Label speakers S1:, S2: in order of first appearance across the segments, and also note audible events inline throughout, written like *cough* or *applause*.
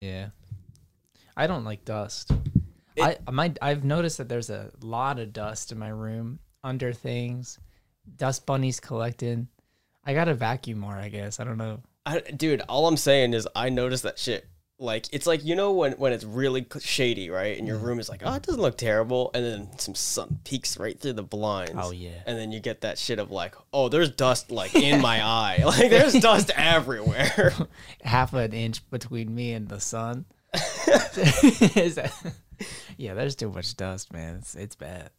S1: Yeah. I don't like dust. I my I've noticed that there's a lot of dust in my room under things. Dust bunnies collected. I got to vacuum more, I guess. I don't know.
S2: I, dude, all I'm saying is I noticed that shit. Like it's like you know when when it's really c- shady, right? And your
S1: Mm-hmm.
S2: room is like, oh, it doesn't look terrible, and then some sun peeks right through the blinds.
S1: Oh, yeah.
S2: and then you get that shit of like, oh, there's dust like
S1: *laughs*
S2: in my eye, *laughs* like there's dust everywhere. *laughs*
S1: Half an inch between me and the sun. *laughs* Is that- yeah, there's too much dust, man. It's it's bad.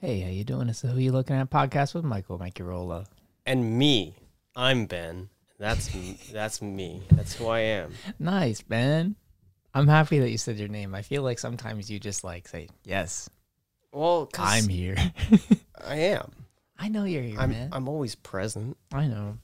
S1: Hey, how you doing? It's the Who You Looking At podcast with Michael Macirola.
S2: and me, I'm Ben. That's m- that's me. That's who I am.
S1: Nice, Ben. I'm happy that you said your name. I feel like sometimes you just like say, yes,
S2: Well, cause
S1: I'm here. *laughs*
S2: I am.
S1: I know you're here,
S2: I'm
S1: man.
S2: I'm always present.
S1: I know.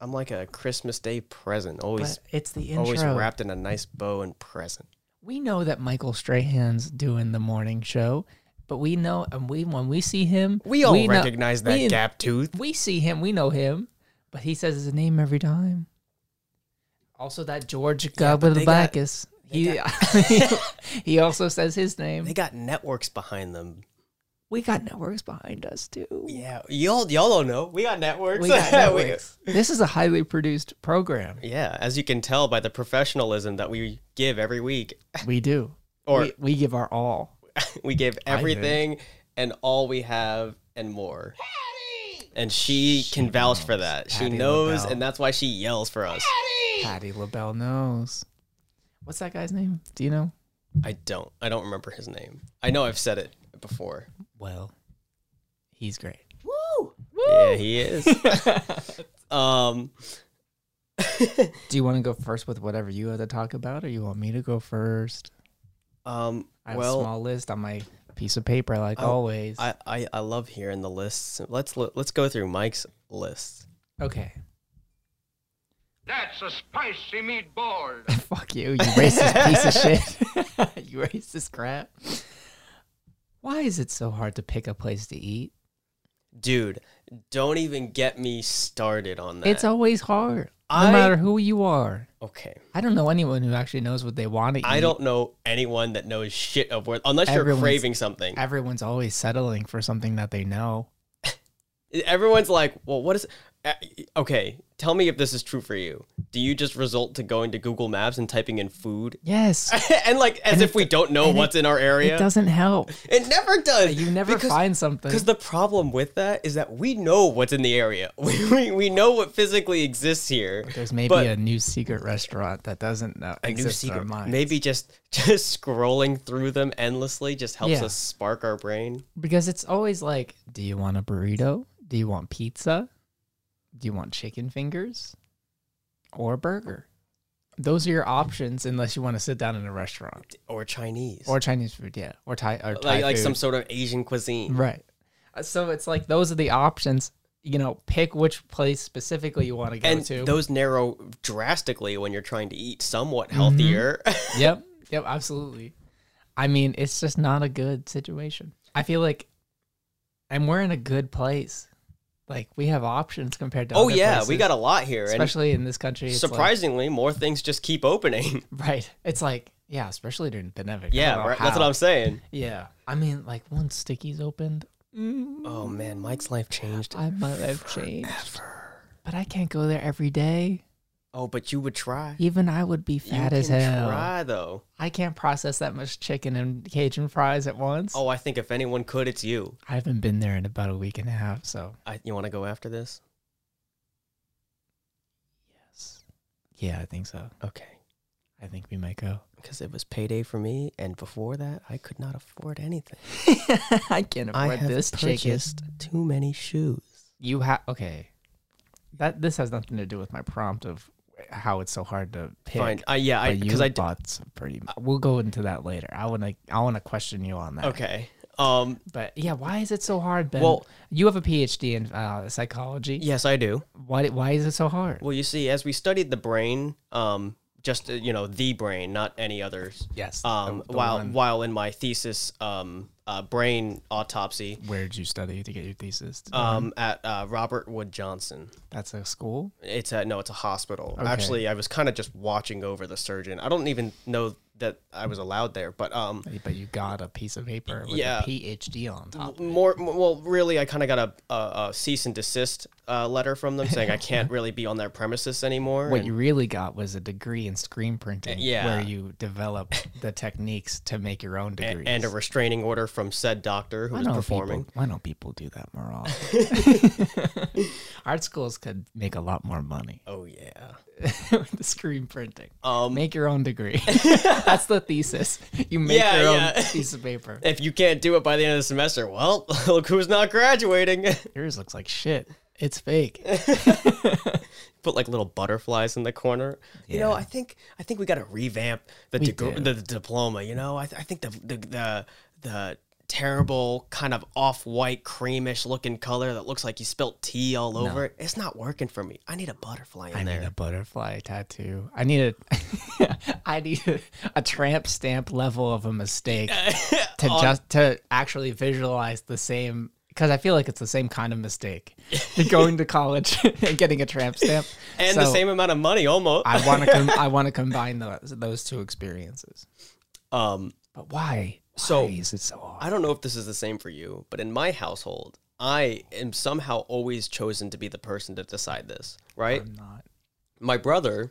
S2: I'm like a Christmas Day present, always
S1: But it's the
S2: always
S1: intro.
S2: wrapped in a nice bow and present.
S1: we know that Michael Strahan's doing the morning show, but we know, and we when we see him,
S2: We all
S1: know-
S2: recognize that
S1: we-
S2: gap tooth.
S1: We see him, we know him, but he says his name every time. Also, that George
S2: but they got-
S1: Gabalabakis, he *laughs* he also says his name.
S2: They got networks behind them.
S1: we got networks behind us too.
S2: Yeah, y'all y'all don't know. We got networks.
S1: *laughs* We got
S2: Yeah, *laughs* we-
S1: networks. this is a highly produced program.
S2: yeah, as you can tell by the professionalism that we give every week,
S1: We do.
S2: or
S1: we, we give our all.
S2: we give everything and all we have and more. And she, can vouch for that.
S1: Patty
S2: she knows,
S1: LaBelle.
S2: and that's why she yells for us.
S1: Patty LaBelle knows. What's that guy's name? Do you know?
S2: I don't. I don't remember his name. I know I've said it before.
S1: Well, he's great.
S2: Yeah, he is. *laughs* um,
S1: Do you want to go first with whatever you had to talk about, or you want me to go first?
S2: um.
S1: I have
S2: well,
S1: a small list on my piece of paper, like
S2: Oh,
S1: always.
S2: I, I I love hearing the lists. Let's lo- let's go through Mike's list.
S1: okay. *laughs*
S3: That's a spicy meatball.
S1: Fuck
S2: *laughs*
S1: you, you racist piece of shit. *laughs* you racist crap. Why is it so hard to pick a place to eat?
S2: Dude, don't even get me started on that.
S1: It's always hard, no
S2: I-
S1: matter who you are.
S2: okay.
S1: I don't know anyone who actually knows what they want to eat.
S2: I don't know anyone that knows shit of where unless you're
S1: Everyone's-
S2: craving something.
S1: Everyone's always settling for something that they know.
S2: Everyone's like, "Well, what is uh, Okay, tell me if this is true for you. Do you just result to going to Google Maps and typing in food? *laughs*
S1: Yes,
S2: and like as
S1: And
S2: if
S1: it-
S2: we don't know
S1: and it-
S2: what's in our area?
S1: it doesn't help.
S2: It never does.
S1: You never
S2: because,
S1: find something.
S2: Because the problem with that is that we know what's in the area. *laughs* We, we, we know what physically exists here.
S1: There's maybe
S2: but-
S1: a new secret restaurant that doesn't uh,
S2: a new
S1: exist in our
S2: secret.
S1: mind.
S2: Maybe just *laughs* just scrolling through them endlessly just helps
S1: Yeah.
S2: us spark our brain.
S1: Because it's always like, do you want a burrito? Do you want pizza? Do you want chicken fingers? Or a burger? Those are your options unless you want to sit down in a restaurant.
S2: Or Chinese.
S1: Or Chinese food, yeah. Or Thai or Thai
S2: like, like
S1: food.
S2: some sort of Asian cuisine.
S1: Right. Uh, So it's like those are the options. You know, pick which place specifically you want to go
S2: And
S1: to.
S2: those narrow drastically when you're trying to eat somewhat healthier. *laughs*
S1: yep. Yep, absolutely. I mean, it's just not a good situation. I feel like and we're in a good place. Like we have options compared to
S2: oh
S1: other
S2: yeah, we
S1: places.
S2: got a lot here. And
S1: especially in this country. It's Oh,
S2: surprisingly, more things just keep opening. *laughs*
S1: like, right? It's like, yeah, especially during the pandemic. I
S2: yeah,
S1: don't know
S2: right. That's what
S1: how. *laughs*
S2: I'm saying.
S1: Yeah, I mean, like once Sticky's opened,
S2: Oh man, Mike's life changed.
S1: I might have changed, but I can't go there every day.
S2: Oh, but you would try.
S1: Even I would be fat
S2: you
S1: as
S2: can
S1: hell.
S2: try though.
S1: I can't process that much chicken and Cajun fries at once.
S2: Oh, I think if anyone could, it's you.
S1: I haven't been there in about a week and a half, so
S2: I, you want to go after this?
S1: yes, yeah, I think so.
S2: Okay.
S1: I think we might go.
S2: because it was payday for me, and before that, I could not afford anything.
S1: I can't afford
S2: *laughs* I have
S1: this chicken.
S2: purchased too many shoes.
S1: you have okay that this has nothing to do with my prompt of how it's so hard to pick
S2: Fine, uh, yeah, I
S1: but
S2: because
S1: you
S2: I d-
S1: bought some pretty we'll go into that later i want to i want to question you on that
S2: okay, Um,
S1: But yeah, why is it so hard, Ben?
S2: Well-
S1: you have a PhD in uh, psychology.
S2: yes, I do.
S1: Why? Why is it so hard?
S2: Well, you see, as we studied the brain, um, just uh, you know, the brain, not any others.
S1: Yes.
S2: Um,
S1: the
S2: while
S1: one.
S2: while in my thesis, um, uh, brain autopsy,
S1: Where did you study to get your thesis?
S2: um, at uh, Robert Wood Johnson.
S1: That's a school.
S2: It's a no, it's a hospital. Actually, I was kind of just watching over the surgeon. I don't even know that I was allowed there, but um,
S1: But you got a piece of paper with
S2: Yeah.
S1: a PhD on top.
S2: more m- well, really, I kind of got a, a, a cease and desist uh, letter from them
S1: *laughs*
S2: saying I can't really be on their premises anymore.
S1: What
S2: and-
S1: you really got was a degree in screen printing,
S2: yeah.
S1: where you develop the techniques to make your own degrees.
S2: and a restraining order from said doctor who
S1: why
S2: was
S1: don't
S2: performing.
S1: People, why don't people do that more often?
S2: *laughs*
S1: Art schools could make a lot more money *laughs*
S2: Oh yeah.
S1: with the screen printing.
S2: Um,
S1: Make your own
S2: *laughs*
S1: degree. That's the thesis. You make
S2: Yeah,
S1: your
S2: yeah.
S1: own piece of paper.
S2: if you can't do it by the end of the semester, well, *laughs* look who's not graduating. *laughs*
S1: Yours looks like shit. It's fake.
S2: Put like little butterflies in the corner. You know,
S1: Yeah.
S2: I think I think we got to revamp the,
S1: We
S2: deg-
S1: do.
S2: the the diploma. You know, I, th- I think the the the, the terrible kind of off-white creamish looking color that looks like you spilt tea all over it. It's not working for me. I need a butterfly in
S1: I
S2: there.
S1: need a butterfly tattoo. I need a *laughs* I need a, a tramp stamp level of a mistake
S2: *laughs*
S1: to just to actually visualize the same because I feel like it's the same kind of mistake. going to college *laughs* and getting a tramp stamp.
S2: *laughs* and the
S1: So
S2: same amount of money almost. *laughs*
S1: I want to com- I want to combine those those two experiences.
S2: um
S1: But why?
S2: So-
S1: Why is it so hard?
S2: I don't know if this is the same for you, but in my household, I am somehow always chosen to be the person to decide this, right?
S1: I'm not.
S2: my brother,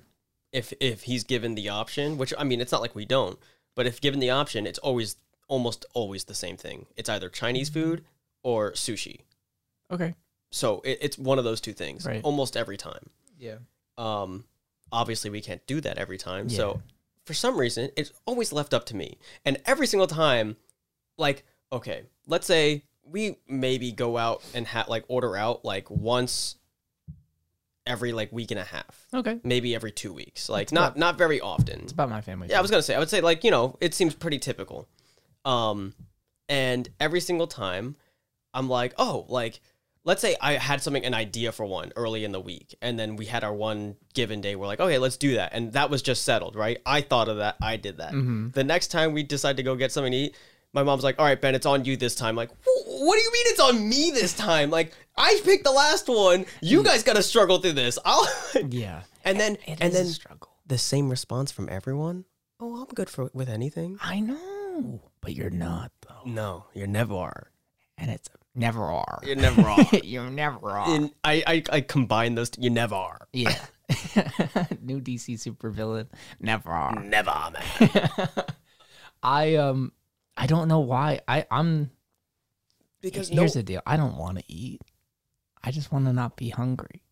S2: if if he's given the option, which I mean, it's not like we don't, but if given the option, it's always almost always the same thing. It's either Chinese
S1: Mm-hmm.
S2: food or sushi.
S1: Okay.
S2: So it, it's one of those two things
S1: Right.
S2: almost every time.
S1: Yeah.
S2: Um, obviously, we can't do that every time.
S1: Yeah.
S2: So for some reason, it's always left up to me, and every single time, like okay, let's say we maybe go out and ha- like order out like once every like week and a half
S1: Okay.
S2: maybe every two weeks. Like
S1: That's
S2: not
S1: about-
S2: not very often.
S1: It's about my family.
S2: Yeah, I was gonna say I would say like you know it seems pretty typical. Um, and every single time, I'm like, oh, like let's say I had something an idea for one early in the week, and then we had our one given day. We're like, okay, let's do that, and that was just settled, right? I thought of that, I did that.
S1: Mm-hmm.
S2: The next time we decide to go get something to eat. My mom's like, "All right, Ben, it's on you this time." Like, "Wh- what do you mean it's on me this time? Like, I picked the last one.
S1: Mm.
S2: You guys got to struggle through this. I'll *laughs*
S1: Yeah.
S2: and then
S1: It
S2: and
S1: is
S2: then
S1: a struggle.
S2: the same response from everyone. Oh, I'm good for with anything.
S1: I know, but you're not though.
S2: No, you never are.
S1: And it's never are.
S2: You never *laughs* are.
S1: *laughs* you never are.
S2: and I, I I combine those. T- you never are.
S1: yeah. *laughs* New DC supervillain. Never are.
S2: Never, man. Mm.
S1: *laughs* I um I don't know why. I I'm
S2: Because no,
S1: here's the deal. I don't want to eat. I just want to not be hungry.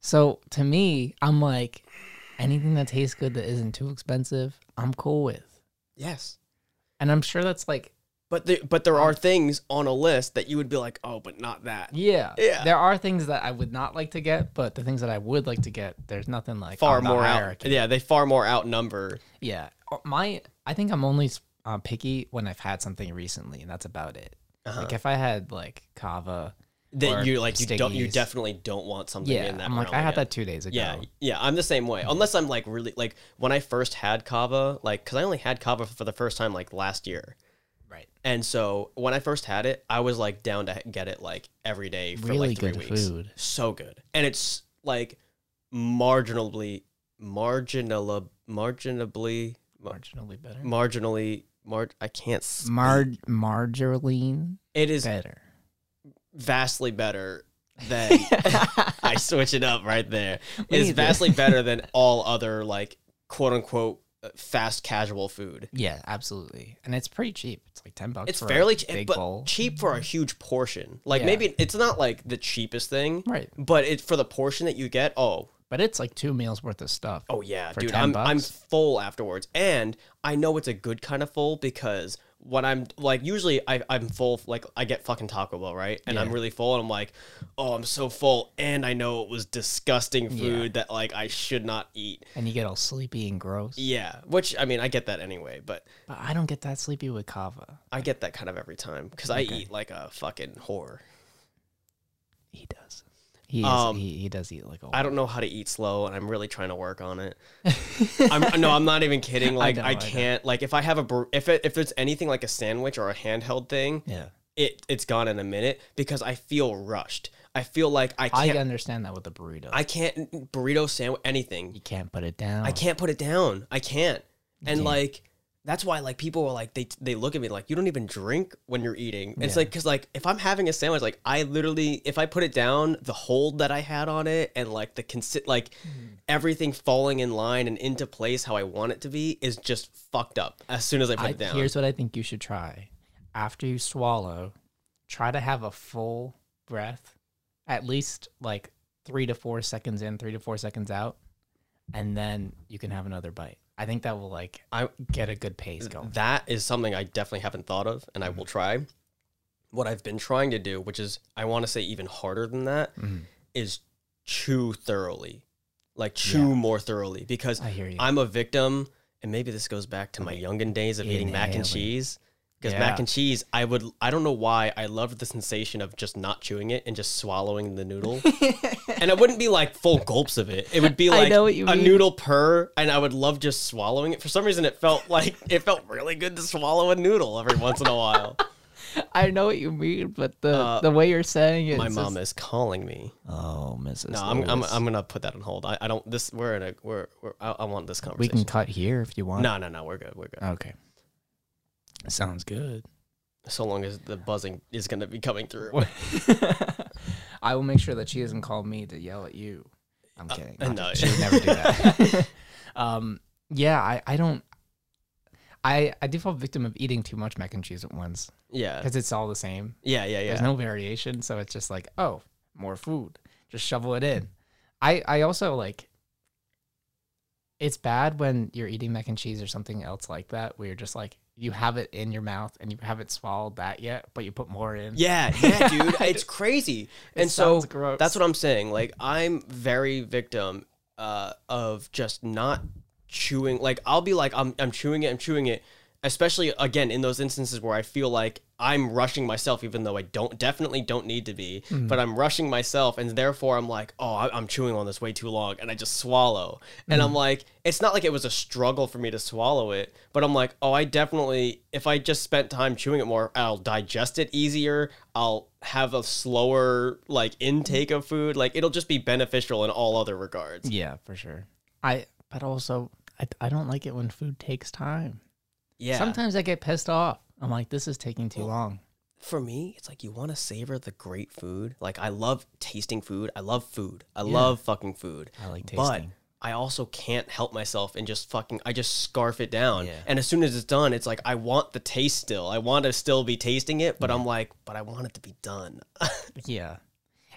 S1: So to me, I'm like anything that tastes good that isn't too expensive, I'm cool with.
S2: yes,
S1: And I'm sure that's like
S2: but the, but there are things on a list that you would be like, oh, but not that.
S1: yeah,
S2: Yeah.
S1: There are things that I would not like to get, but the things that I would like to get, there's nothing like
S2: Far
S1: on the
S2: more out.
S1: hierarchy.
S2: Yeah, they far more outnumber.
S1: Yeah, Uh, my I think I'm only uh, picky when I've had something recently, and that's about it.
S2: Uh-huh.
S1: Like if I had like kava,
S2: That
S1: Or
S2: you like you don't you
S1: stickies.
S2: definitely don't want something
S1: yeah,
S2: in that.
S1: I'm like
S2: realm
S1: I had
S2: again.
S1: that two days ago.
S2: Yeah, yeah, I'm the same way. Unless I'm like really like when I first had kava, like because I only had kava for the first time like last year.
S1: right.
S2: And so when I first had it, I was like down to get it like every day for
S1: Really
S2: like three
S1: good
S2: weeks.
S1: food.
S2: So good. And it's like marginally, marginally, marginally, mar-
S1: Marginally better.
S2: marginally, mar- I can't. s-
S1: Mar margarine
S2: it is
S1: better.
S2: vastly better
S1: *laughs*
S2: than. *laughs* I switch it up right there.
S1: We need
S2: It's
S1: to-
S2: vastly better than all other like quote unquote uh, fast casual food.
S1: yeah, absolutely, and it's pretty cheap. It's like ten bucks.
S2: It's
S1: for a
S2: fairly cheap,
S1: big
S2: but
S1: bowl.
S2: cheap for a huge portion. Like
S1: Yeah.
S2: maybe it's not like the cheapest thing,
S1: Right.
S2: But it for the portion that you get. Oh,
S1: But it's like two meals worth of stuff.
S2: oh yeah,
S1: For
S2: dude,
S1: 10
S2: I'm I'm
S1: bucks?
S2: full afterwards, and I know it's a good kind of full because when I'm like usually I, I'm full like I get fucking Taco Bell right and I'm
S1: Yeah.
S2: really full and I'm like oh I'm so full and I know it was disgusting food that like I should not eat
S1: and you get all sleepy and gross.
S2: yeah which I mean I get that anyway but
S1: But I don't get that sleepy with kava.
S2: I get that kind of every time because I eat like a fucking whore
S1: He does. He, is,
S2: Um,
S1: he he does eat like a.
S2: I don't know how to eat slow, and I'm really trying to work on *laughs* it. I'm, no, I'm not even kidding. Like
S1: know,
S2: I,
S1: I know.
S2: can't. Like if I have a bur- if it, if there's anything like a sandwich or a handheld thing,
S1: yeah.
S2: it it's gone in a minute because I feel rushed. I feel like I
S1: I
S2: can't.
S1: understand that with a burrito.
S2: I, can't burrito sandwich anything.
S1: you can't put it down.
S2: I can't put it down. I can't. And
S1: can't.
S2: like that's why like people are like they they look at me like you don't even drink when you're eating. It's
S1: Yeah.
S2: like cuz like if I'm having a sandwich like I literally if I put it down the hold that I had on it and like the consi- like
S1: Hmm.
S2: everything falling in line and into place how I want it to be is just fucked up as soon as I put
S1: I-
S2: it down.
S1: Here's what I think you should try. After you swallow, try to have a full breath, at least like three to four seconds in, three to four seconds out, and then you can have another bite. I think that will like
S2: I
S1: get a good pace going.
S2: that is something I definitely haven't thought of and I will try. What I've been trying to do, which is I want to say even harder than that, is chew thoroughly. Like chew more thoroughly because
S1: I hear you.
S2: I'm a victim and maybe this goes back to my youngen days of eating mac and
S1: Inhaling.
S2: cheese. Because
S1: Yeah.
S2: mac and cheese, I would I don't know why I loved the sensation of just not chewing it and just swallowing
S1: *laughs*
S2: the noodle. and it wouldn't be like full gulps of it. It would be
S1: I
S2: like
S1: know what you
S2: a
S1: mean.
S2: noodle per, and I would love just swallowing it. For some reason, it felt like it felt really good to swallow a noodle every once in
S1: *laughs*
S2: a while.
S1: I know what you mean, but the
S2: Uh,
S1: the way you're saying it,
S2: My mom is calling me.
S1: Oh, Mrs.
S2: No, I'm, I'm, I'm gonna put that on hold. I, I don't. This we're in a we're, we're I, I want this
S1: we
S2: conversation.
S1: can cut here if you want.
S2: No, no, no. We're good. We're good.
S1: Okay. Sounds good.
S2: So long as the buzzing is gonna be coming through.
S1: *laughs* I will make sure that she doesn't call me to yell at you. I'm kidding.
S2: uh,
S1: No,
S2: no.
S1: she would never do that.
S2: *laughs*
S1: *laughs* um, yeah, I, I don't. I I do fall victim of eating too much mac and cheese at once
S2: Yeah,
S1: because it's all the same.
S2: yeah, yeah, Uh, yeah.
S1: There's no variation, so it's just like, oh, more food. Just shovel it in. I I also like. It's bad when you're eating mac and cheese or something else like that, where you're just like you have it in your mouth and you haven't swallowed that yet, but you put more in.
S2: Yeah, yeah, dude.
S1: *laughs*
S2: It's crazy. and so
S1: sounds gross.
S2: that's what I'm saying. Like I'm very victim uh, of just not chewing. Like I'll be like I'm I'm chewing it, I'm chewing it. Especially again in those instances where I feel like I'm rushing myself, even though I don't definitely don't need to be, but I'm rushing myself, and therefore I'm like, oh, I- I'm chewing on this way too long, and I just swallow, and I'm like, it's not like it was a struggle for me to swallow it, but I'm like, oh, I definitely, if I just spent time chewing it more, I'll digest it easier, I'll have a slower like intake of food, like it'll just be beneficial in all other regards.
S1: Yeah, for sure. I but also I, I don't like it when food takes time.
S2: Yeah,
S1: Sometimes I get pissed off. I'm like, this is taking too long.
S2: for me, it's like you want to savor the great food. Like I love tasting food. I love food. I love fucking food.
S1: I like
S2: But
S1: tasting.
S2: I also can't help myself and just fucking I just scarf it down.
S1: Yeah.
S2: And as soon as it's done, it's like I want the taste still. I want to still be tasting it, but I'm like, but I want it to be done. *laughs*
S1: Yeah,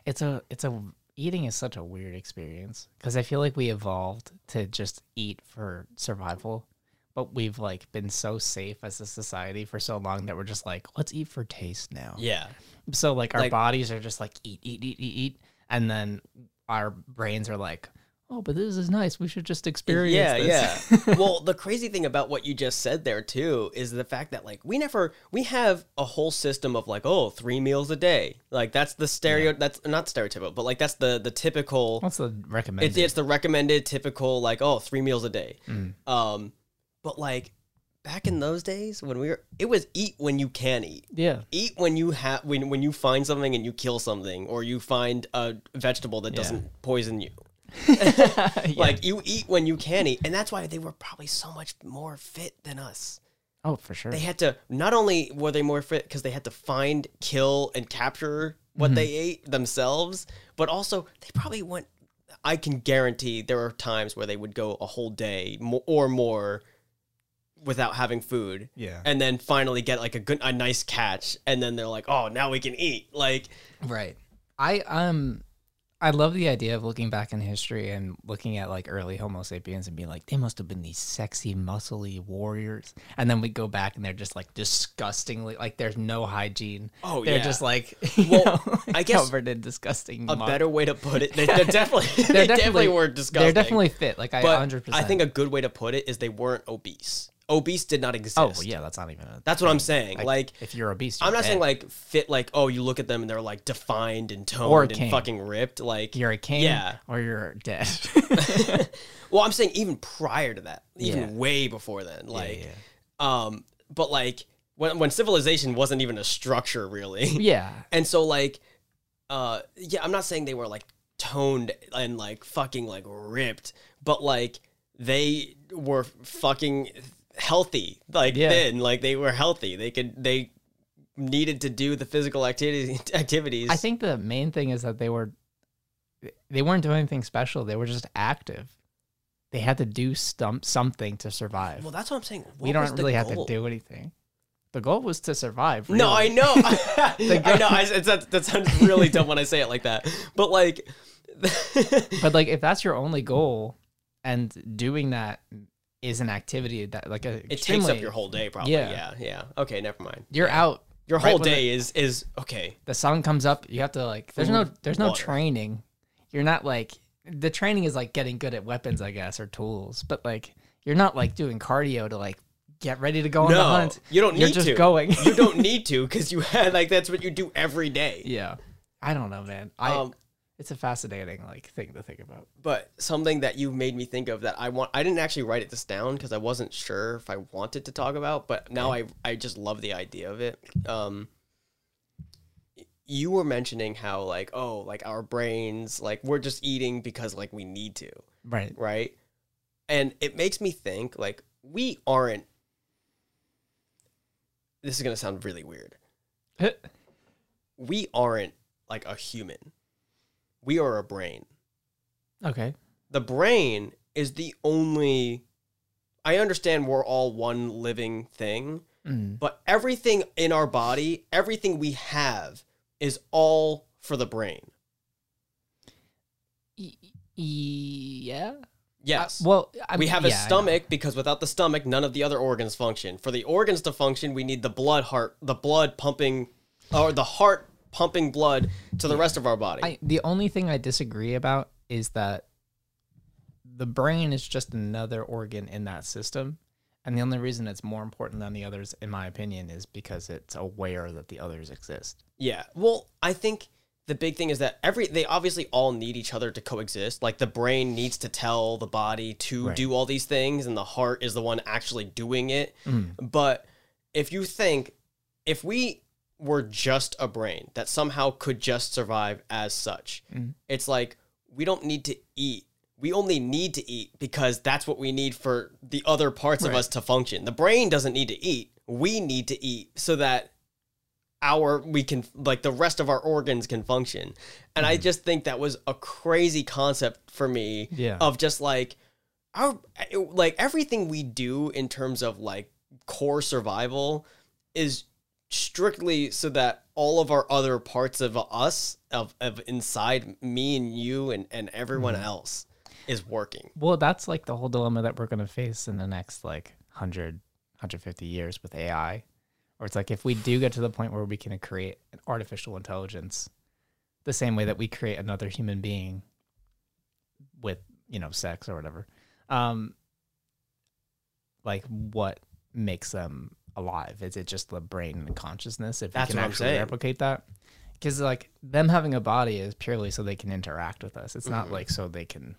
S1: it's a it's a eating is such a weird experience because I feel like we evolved to just eat for survival, but we've like been so safe as a society for so long that we're just like, let's eat for taste now.
S2: yeah.
S1: So like our
S2: Like-
S1: bodies are just like eat, eat, eat, eat, eat, and then our brains are like, oh, but this is nice. We should just experience.
S2: yeah
S1: this. *laughs*
S2: yeah well the crazy thing about what you just said there too is the fact that like we never we have a whole system of like oh three meals a day like that's the stereo that's not stereotypical but like that's the the typical
S1: What's the recommended?
S2: it's, it's the recommended typical like oh three meals a day
S1: Mm.
S2: um but like back in those days when we were it was eat when you can eat
S1: *laughs* yeah.
S2: eat when you have when when you find something and you kill something or you find a vegetable that doesn't poison you like you eat when you can eat, and that's why they were probably so much more fit than us.
S1: Oh, for sure.
S2: They had to not only were they more fit because they had to find, kill, and capture what
S1: Mm-hmm.
S2: they ate themselves, but also they probably went. I can guarantee there are times where they would go a whole day mo- or more without having food,
S1: Yeah.
S2: and then finally get like a good, a nice catch, and then they're like, "Oh, now we can eat!" Like,
S1: right. I um, I love the idea of looking back in history and looking at like early Homo sapiens and being like, they must have been these sexy, muscly warriors. And then we go back and they're just like disgustingly, like there's no hygiene.
S2: Oh,
S1: they're
S2: yeah.
S1: just like, *laughs* you
S2: Well,
S1: know,
S2: I guess
S1: covered in disgusting.
S2: A
S1: muck.
S2: better way to put it, they, they're definitely,
S1: *laughs*
S2: they
S1: They're
S2: definitely, were disgusting.
S1: They're definitely fit. Like I
S2: but
S1: 100.
S2: I think a good way to put it is they weren't obese. Obese did not exist.
S1: Oh well, yeah, that's not even. A,
S2: That's what I'm saying. Like,
S1: if you're obese,
S2: I'm
S1: you're
S2: not saying
S1: dead.
S2: like fit like oh you look at them and they're like defined and toned
S1: Or a
S2: and
S1: king.
S2: fucking ripped like
S1: you're a king,
S2: yeah.
S1: or you're
S2: *laughs*
S1: dead. *laughs*
S2: well I'm saying even prior to that even
S1: Yeah.
S2: way before then like
S1: yeah.
S2: um but like when when civilization wasn't even a structure really
S1: yeah,
S2: and so like uh yeah I'm not saying they were like toned and like fucking like ripped but like they were fucking healthy like
S1: Yeah.
S2: then like they were healthy they could they needed to do the physical activity *laughs* activities
S1: I think the main thing is that they were they weren't doing anything special. They were just active. They had to do stump something to survive.
S2: Well, that's what I'm saying. What
S1: we
S2: was
S1: don't
S2: the
S1: really have
S2: goal?
S1: to do anything. The goal was to survive.
S2: No, I
S1: really. *laughs*
S2: know. *laughs* I
S1: goal-
S2: know. I, it's, that, that sounds really dumb when I say it like that. But like, *laughs*
S1: But like, if that's your only goal, and doing that is an activity that like a
S2: it takes up
S1: extremely-
S2: your whole day, probably. Yeah.
S1: Yeah.
S2: yeah, Okay, never mind.
S1: You're out.
S2: Your
S1: right
S2: whole
S1: when
S2: day is is okay.
S1: the sun comes up, you have to like there's no
S2: Food,
S1: there's no
S2: water.
S1: training. You're not like the training is like getting good at weapons, I guess, or tools. But like you're not like doing cardio to like get ready to go on the
S2: No,
S1: hunt.
S2: you don't
S1: You're
S2: need
S1: just
S2: to.
S1: going.
S2: You don't need to because you *laughs* had like that's what you do every day.
S1: *laughs* yeah. I don't know, man. I
S2: Um,
S1: it's a fascinating like thing to think about.
S2: But something that you made me think of that I want I didn't actually write it this down because I wasn't sure if I wanted to talk about, but now I I just love the idea of it. Um you were mentioning how like oh like our brains like we're just eating because like we need to,
S1: Right.
S2: right? And it makes me think like we aren't This is going to sound really weird. We aren't like a human. We are a brain
S1: *laughs* okay.
S2: the brain is the only I understand we're all one living thing,
S1: Mm.
S2: but everything in our body, everything we have is all for the brain.
S1: E- e- yeah.
S2: Yes.
S1: Uh, well, I
S2: we
S1: mean,
S2: have
S1: yeah,
S2: a
S1: I know.
S2: stomach because without the stomach, none of the other organs function. For the organs to function, we need the blood heart, the blood pumping or the heart pumping blood to the rest of our body.
S1: I, the only thing I disagree about is that the brain is just another organ in that system. And the only reason it's more important than the others, in my opinion, is because it's aware that the others exist.
S2: Yeah. Well, I think the big thing is that every they obviously all need each other to coexist. Like the brain needs to tell the body to
S1: Right.
S2: do all these things and the heart is the one actually doing it. But if you think if we were just a brain that somehow could just survive as such,
S1: Mm-hmm.
S2: it's like we don't need to eat. We only need to eat because that's what we need for the other parts of
S1: Right.
S2: us to function. The brain doesn't need to eat. We need to eat so that our we can like the rest of our organs can function.
S1: Mm-hmm.
S2: And I just think that was a crazy concept for me
S1: Yeah.
S2: of just like our like everything we do in terms of like core survival is strictly so that all of our other parts of us of, of inside me and you and, and everyone
S1: Mm-hmm.
S2: else is working
S1: Well, that's like the whole dilemma that we're going to face in the next like 100, 150 years with AI. Or it's like if we do get to the point where we can create an artificial intelligence the same way that we create another human being with, you know, sex or whatever. Um like what makes them alive? Is it just the brain and consciousness if
S2: That's
S1: we
S2: what
S1: can
S2: I'm
S1: actually
S2: saying.
S1: replicate that? Cuz like them having a body is purely so they can interact with us. It's not
S2: Mm-hmm.
S1: like so they can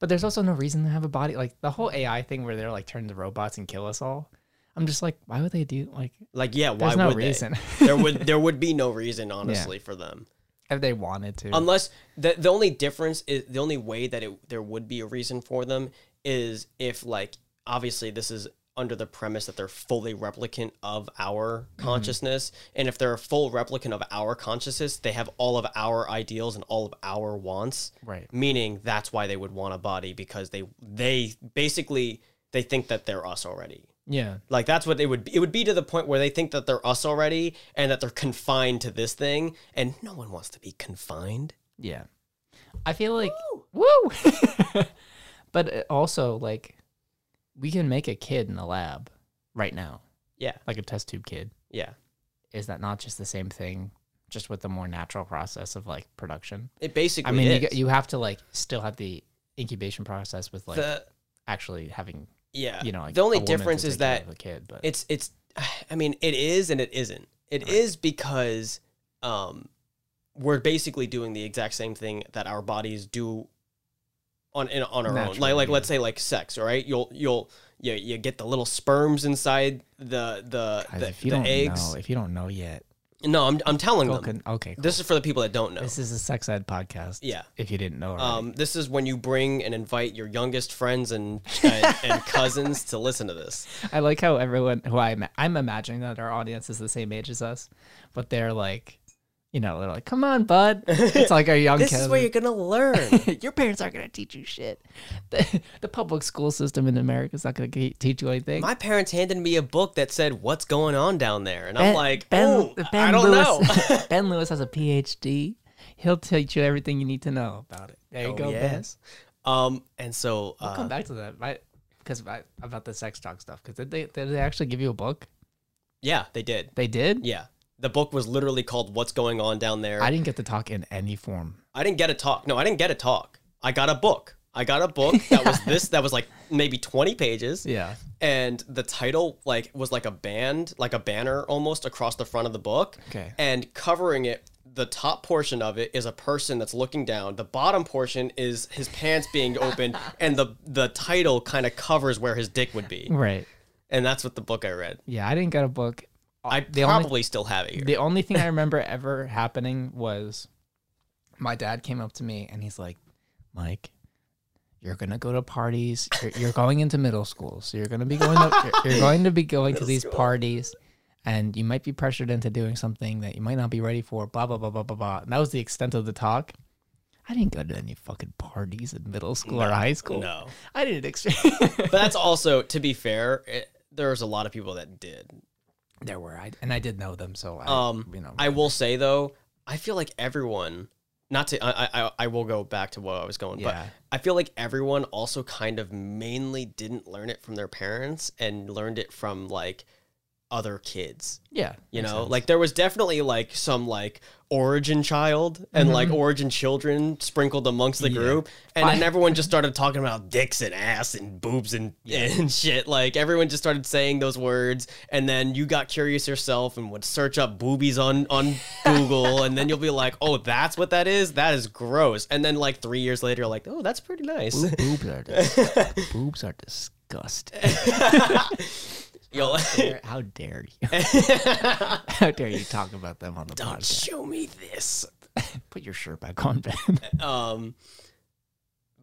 S1: but there's also no reason to have a body. Like the whole AI thing where they're like turn to robots and kill us all. I'm just like, why would they do like
S2: like yeah why
S1: there's no
S2: would
S1: reason
S2: they *laughs* there would there would be no reason honestly for them
S1: if they wanted to?
S2: unless the the only difference is the only way that it there would be a reason for them is if like obviously this is under the premise that they're fully replicant of our
S1: Mm-hmm.
S2: consciousness and if they're a full replicant of our consciousness they have all of our ideals and all of our wants
S1: Right.
S2: meaning that's why they would want a body because they they basically they think that they're us already
S1: yeah,
S2: like that's what they would be. It would be to the point where they think that they're us already and that they're confined to this thing and no one wants to be confined.
S1: yeah. I feel like woo. *laughs* but it also like we can make a kid in the lab right now,
S2: Yeah,
S1: like a test tube kid.
S2: yeah.
S1: Is that not just the same thing, just with the more natural process of like production?
S2: It basically.
S1: I mean, you,
S2: is.
S1: g- you have to like still have the incubation process with like
S2: the
S1: actually having
S2: yeah.
S1: you know like
S2: the
S1: a
S2: only
S1: woman to
S2: difference is
S1: take care
S2: that
S1: of the kid, but
S2: it's it's *sighs* i mean it is and it isn't It is because um we're basically doing the exact same thing that our bodies do on in, on our own
S1: Naturally,
S2: like like
S1: yeah.
S2: let's say like sex all right you'll you'll you, you get the little sperms inside the the
S1: Guys,
S2: the,
S1: if you
S2: the
S1: don't
S2: eggs
S1: know, if you don't know yet,
S2: no i'm i'm telling
S1: go
S2: them
S1: con- okay, cool.
S2: this is for the people that don't know
S1: this is a sex ed podcast.
S2: yeah
S1: if you didn't know already.
S2: um, this is when you bring and invite your youngest friends and, and,
S1: *laughs*
S2: and cousins to listen to this.
S1: I like how everyone who I'm I'm imagining that our audience is the same age as us, but they're like, you know, they're like, "Come on, bud." It's *laughs* like our young
S2: This
S1: kids.
S2: is where you're gonna learn.
S1: *laughs* Your parents aren't gonna teach you shit. *laughs* The, the public school system in America is not gonna ge- teach you anything.
S2: my parents handed me a book that said what's going on down there and i'm
S1: Ben-
S2: like oh, i don't know *laughs*
S1: Lewis, *laughs* ben Lewis has a PhD. He'll teach you everything you need to know about it. There you
S2: Oh,
S1: go, Ben.
S2: yes.
S1: *laughs*
S2: um and so
S1: I'll come
S2: uh,
S1: back to that. My, because about the sex talk stuff. Because did they did they actually give you a book?
S2: yeah they did
S1: They did.
S2: yeah the book was literally called what's going on down there
S1: I
S2: I,
S1: didn't get to talk in any form.
S2: didn't get a talk no i didn't get a talk i got a book i got
S1: *laughs*
S2: a book that was this that was like maybe 20 pages
S1: Yeah.
S2: and the title like was like a band like a banner almost across the front of the book
S1: Okay.
S2: and covering it the top portion of it is a person that's looking down the bottom portion is his pants being
S1: *laughs*
S2: open and the the title kind of covers where his dick would be
S1: Right.
S2: and that's what the book i read
S1: Yeah, I didn't get a book.
S2: i
S1: the only-
S2: probably still have it here
S1: The only thing I
S2: *laughs*
S1: remember ever happening was my dad came up to me and he's like, Mike, you're gonna go to parties. You're, you're going into middle school, so you're gonna be going. To, you're,
S2: *laughs*
S1: you're going to be going to these parties, and you might be pressured into doing something that you might not be ready for. Blah blah blah blah blah blah. And that was the extent of the talk. I didn't go to any fucking parties in middle school or high school.
S2: no
S1: I didn't expect.
S2: but that's also to be fair it, there's a lot of people that did
S1: *laughs* there were, I, and I did know them, so I,
S2: Um,
S1: you know,
S2: I will say though, I feel like everyone. Not to, I, I, I will go back to what I was going,
S1: Yeah.
S2: but I feel like everyone also kind of mainly didn't learn it from their parents and learned it from like other kids.
S1: yeah,
S2: You
S1: makes
S2: know,
S1: sense.
S2: like there was definitely like some like origin child
S1: Mm-hmm.
S2: and like origin children sprinkled amongst the group, and then
S1: I- *laughs*
S2: everyone just started talking about dicks and ass and boobs and *laughs* and shit. Like everyone just started saying those words, and then you got curious yourself and would search up boobies on
S1: *laughs*
S2: on Google, and then you'll be like, "Oh, that's what that is. That is gross." And then like three years later, like, "Oh, that's
S1: *laughs*
S2: pretty nice."
S1: boobs are disgusting.
S2: *laughs*
S1: boobs are disgusting.
S2: Yo,
S1: How dare you? How dare you talk about them on the podcast?
S2: *laughs* show me this.
S1: Put your shirt back on,
S2: *laughs*
S1: Ben.
S2: Um,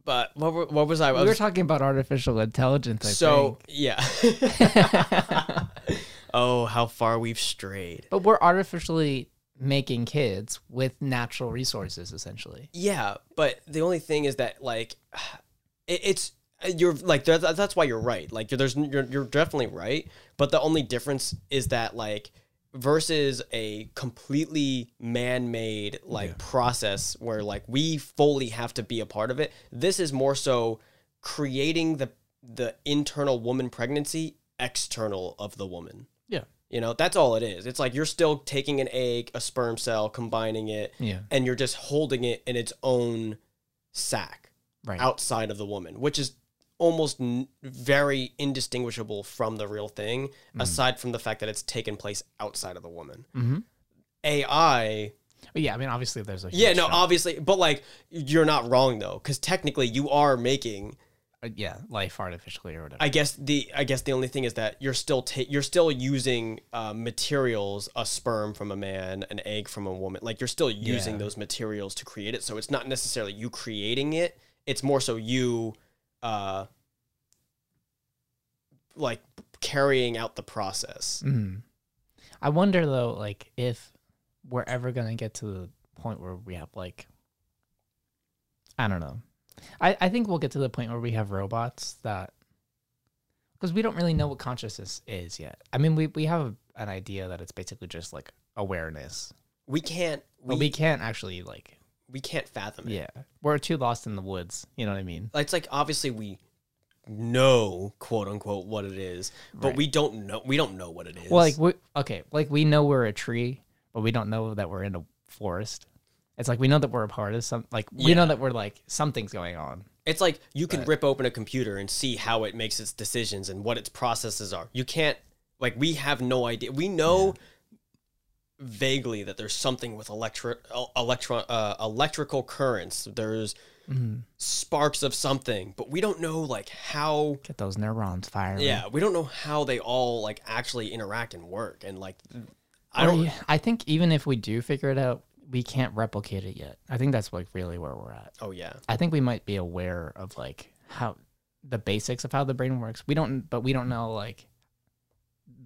S2: but what were- what was I? I
S1: we were
S2: was-
S1: talking about artificial intelligence. I
S2: So
S1: think.
S2: *laughs* yeah. *laughs* oh, how far we've strayed.
S1: *laughs* but we're artificially making kids with natural resources, essentially.
S2: Yeah, but the only thing is that like, *sighs* it, it's you're like that's, that's why you're right. Like you're, there's you're you're definitely right. But the only difference is that like versus a completely man-made like process where like we fully have to be a part of it. This is more so creating the the internal woman pregnancy external of the woman.
S1: Yeah.
S2: You know, that's all it is. It's like you're still taking an egg, a sperm cell, combining it,
S1: Yeah.
S2: and you're just holding it in its own sac
S1: Right.
S2: outside of the woman, which is almost n- very indistinguishable from the real thing,
S1: Mm.
S2: aside from the fact that it's taken place outside of the woman.
S1: Mhm.
S2: AI,
S1: But yeah. I mean, obviously, there's a
S2: yeah,
S1: huge
S2: no,
S1: jump.
S2: obviously, but like you're not wrong though, because technically you are making
S1: Uh, yeah, life artificially or whatever.
S2: I guess the I guess the only thing is that you're still ta- you're still using uh, materials a sperm from a man an egg from a woman like you're still using
S1: Yeah.
S2: those materials to create it so it's not necessarily you creating it it's more so you uh like carrying out the process
S1: Mm. I wonder though, like if we're ever gonna get to the point where we have like, I don't know. I I think we'll get to the point where we have robots that, because we don't really know what consciousness is yet. I mean, we we have an idea that it's basically just like awareness,
S2: we can't we,
S1: but we can't actually like
S2: we can't fathom it.
S1: Yeah. We're too lost in the woods. You know what I mean?
S2: It's like obviously we know quote unquote what it is, but
S1: Right.
S2: we don't know we don't know what it is.
S1: Well, like we okay, like we know we're a tree, but we don't know that we're in a forest. It's like we know that we're a part of some like we know that we're like something's going on.
S2: It's like you can rip open a computer and see how it makes its decisions and what its processes are. You can't like we have no idea. We know vaguely that there's something with electric electron uh, electrical currents. There's sparks of something, but we don't know like how
S1: Get those neurons firing.
S2: yeah, we don't know how they all like actually interact and work and like I
S1: I
S2: don't
S1: I think even if we do figure it out, we can't replicate it yet. I think that's like really where we're at.
S2: Oh yeah.
S1: I think we might be aware of like how the basics of how the brain works. We don't, but we don't know like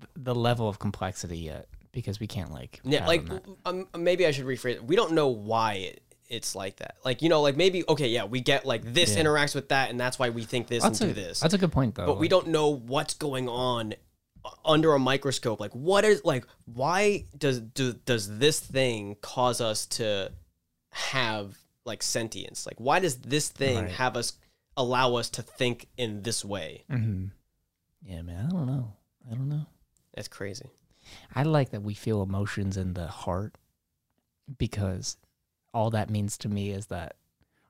S1: th- the level of complexity yet because we can't like
S2: Yeah,
S1: fathom
S2: like
S1: that.
S2: um, maybe I should rephrase. It. We don't know why it, it's like that. Like you know, like maybe okay, yeah, we get like this
S1: Yeah.
S2: interacts with that, and that's why we think this
S1: that's
S2: and
S1: a,
S2: do this.
S1: that's a good point though.
S2: But we don't know what's going on u- under a microscope. Like what is like why does do, does this thing cause us to have like sentience? Like why does this thing
S1: Right.
S2: have us allow us to think in this way?
S1: hmm Yeah, man. I don't know. I don't know.
S2: That's crazy.
S1: I like that we feel emotions in the heart because all that means to me is that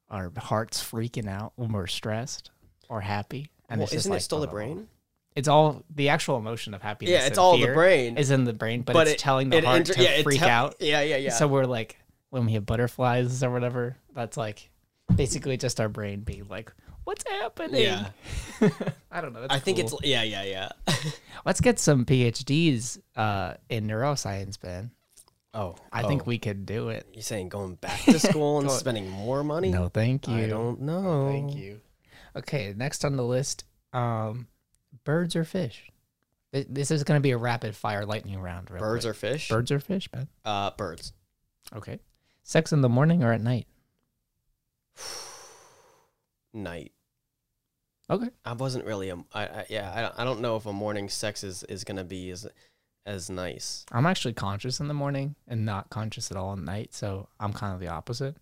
S1: our heart's freaking out when we're stressed or happy.
S2: well,
S1: just
S2: isn't it
S1: like,
S2: still
S1: blah,
S2: the
S1: blah, blah.
S2: brain?
S1: It's all the actual emotion of happiness.
S2: Yeah, it's
S1: and
S2: all the
S1: fear
S2: brain.
S1: Is in the brain, but, it's
S2: it-
S1: telling the
S2: it
S1: heart
S2: inter-
S1: to
S2: yeah, it
S1: freak
S2: tell-
S1: out.
S2: Yeah, yeah, yeah.
S1: So we're like when we have butterflies or whatever. That's like basically just our brain being like, "What's happening?"
S2: Yeah.
S1: *laughs* I don't know.
S2: I think
S1: it's.
S2: it's yeah, yeah, yeah.
S1: Let's get some PhDs uh, in neuroscience, Ben.
S2: *laughs* Oh,
S1: I think we could do it.
S2: You're saying going
S1: *laughs*
S2: back to school and spending more money?
S1: No, thank you.
S2: I don't know.
S1: Thank you. Okay, next on the list, um, birds or fish. Th- This is going to be a rapid fire lightning round. real
S2: Birds
S1: quick.
S2: or fish?
S1: birds or fish, Ben.
S2: Uh, birds.
S1: Okay. Sex in the morning or at night.
S2: Night.
S1: Okay.
S2: I wasn't really a. I, I, yeah, I don't, I don't know if a morning sex is, is gonna be as as nice.
S1: I'm actually conscious in the morning and not conscious at all at night, so I'm kind of the opposite.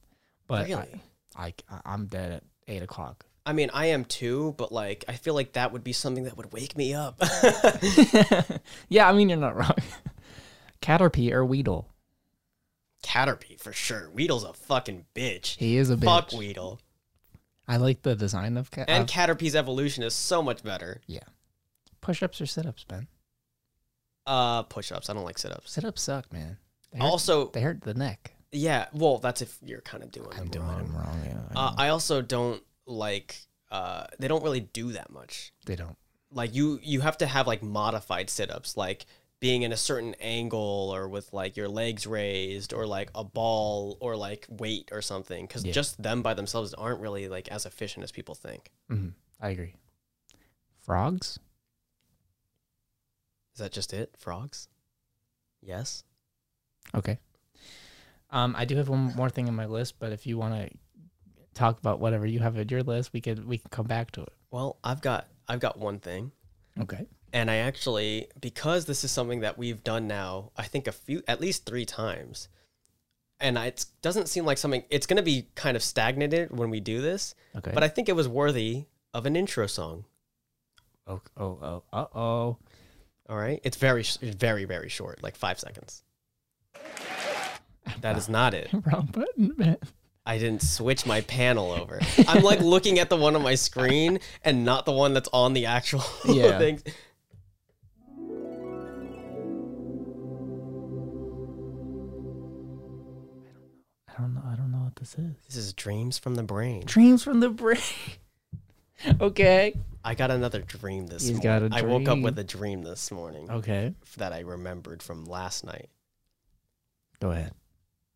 S1: But
S2: Really?
S1: I, I, I'm dead at eight o'clock.
S2: I mean, I am too, but like, I feel like that would be something that would wake me up. *laughs*
S1: *laughs* yeah, I mean you're not wrong. Caterpie or Weedle.
S2: Caterpie for sure. Weedle's a fucking bitch.
S1: He is a bitch. Uh,
S2: Fuck Weedle.
S1: I like the design of cat.
S2: And Caterpie's evolution is so much better.
S1: yeah. Push ups or sit ups, Ben.
S2: Uh, push ups. I don't like sit ups.
S1: Sit ups suck, man. They hurt,
S2: Also,
S1: they hurt the neck.
S2: yeah. Well, that's if you're kind of doing. them.
S1: doing it wrong. Yeah,
S2: Uh, I also don't like. Uh, they don't really do that much.
S1: they don't.
S2: Like you, you have to have like modified sit-ups, like being in a certain angle or with like your legs raised or like a ball or like weight or something. Because
S1: Yeah.
S2: just them by themselves aren't really like as efficient as people think.
S1: Mhm. I agree. Frogs?
S2: Is that just it? Frogs? Yes.
S1: Okay. Um, I do have one more thing on my list, but if you want to talk about whatever you have on your list, we could we can come back to it.
S2: Well, I've got I've got one thing.
S1: Okay.
S2: And I actually, because this is something that we've done now, I think a few, at least three times, and it doesn't seem like something. It's going to be kind of stagnated when we do this,
S1: Okay.
S2: but I think it was worthy of an intro song.
S1: oh oh oh uh oh.
S2: All right, it's very, sh- very, very short, like five seconds. That is not it.
S1: *laughs* Wrong button, man.
S2: I didn't switch my panel over. I'm like looking at the one on my screen and not the one that's on the actual *laughs*
S1: Yeah.
S2: thing.
S1: I don't know. I don't know what this is.
S2: This is Dreams from the Brain.
S1: Dreams from the brain. *laughs* okay.
S2: I got another dream this
S1: He's
S2: morning.
S1: got a
S2: I woke up
S1: dream.
S2: with a dream this morning
S1: Okay.
S2: that I remembered from last night.
S1: Go ahead.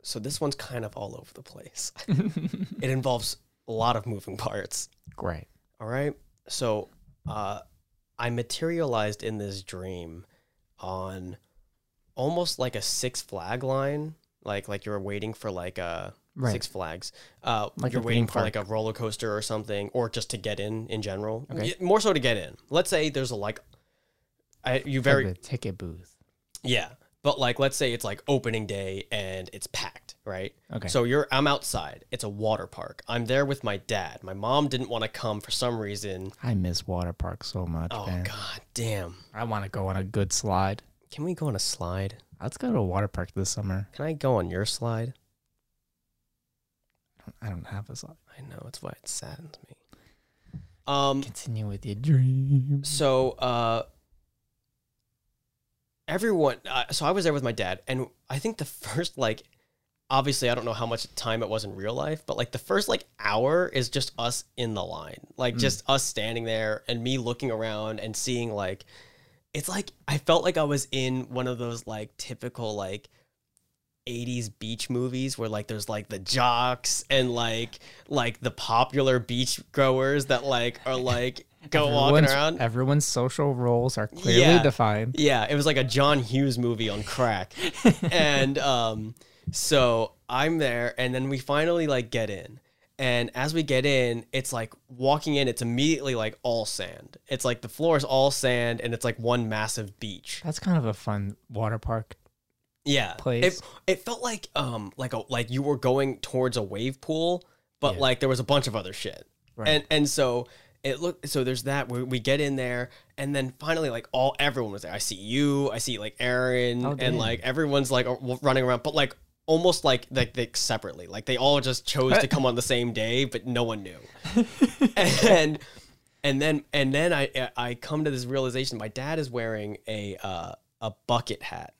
S2: So this one's kind of all over the place. *laughs* it involves a lot of moving parts.
S1: Great.
S2: All right. So uh, I materialized in this dream on almost like a six flag line. Like like you're waiting for like a
S1: Right.
S2: six flags. Uh,
S1: Like
S2: you're
S1: a
S2: waiting
S1: theme
S2: for like a roller coaster or something, or just to get in in general.
S1: Okay.
S2: Y- More so to get in. Let's say there's a like, I, you very
S1: the ticket booth.
S2: Yeah. But like, let's say it's like opening day and it's packed, right?
S1: Okay.
S2: So you're, I'm outside. It's a water park. I'm there with my dad. My mom didn't want to come for some reason.
S1: I miss water park so much,
S2: Oh
S1: man.
S2: god damn!
S1: I want to go on a good slide.
S2: Can we go on a slide?
S1: Let's go to a water park this summer.
S2: Can I go on your slide?
S1: I don't have a slide.
S2: I know it's why it saddens me. Um.
S1: Continue with your dreams.
S2: So uh. Everyone, uh, so I was there with my dad, and I think the *laughs* first like, obviously I don't know how much time it was in real life, but like the first like hour is just us in the line, like just us standing there and me looking around and seeing like, it's like I felt like I was in one of those like typical like 80s beach movies where like there's like the jocks and like like the popular beach growers that like are like go walking
S1: Everyone's-
S2: around.
S1: Everyone's social roles are clearly
S2: Yeah.
S1: defined.
S2: Yeah, it was like a John Hughes movie on crack. and um so I'm there and then we finally like get in. And as we get in, it's like walking in, it's immediately like all sand. It's like the floor is all sand and it's like one massive beach.
S1: That's kind of a fun water park.
S2: yeah
S1: place.
S2: It, it felt like um like a like you were going towards a wave pool, but like there was a bunch of other shit.
S1: Right.
S2: And and so it look so there's that we, we get in there and then finally like all everyone was there. I see you, I see like Aaron,
S1: Oh,
S2: and
S1: damn.
S2: like everyone's like a- running around, but like almost like like they separately. Like they all just chose to come on the same day, but no
S1: *laughs*
S2: one knew. and and then and then I I come to this realization. My dad is wearing a uh, a bucket hat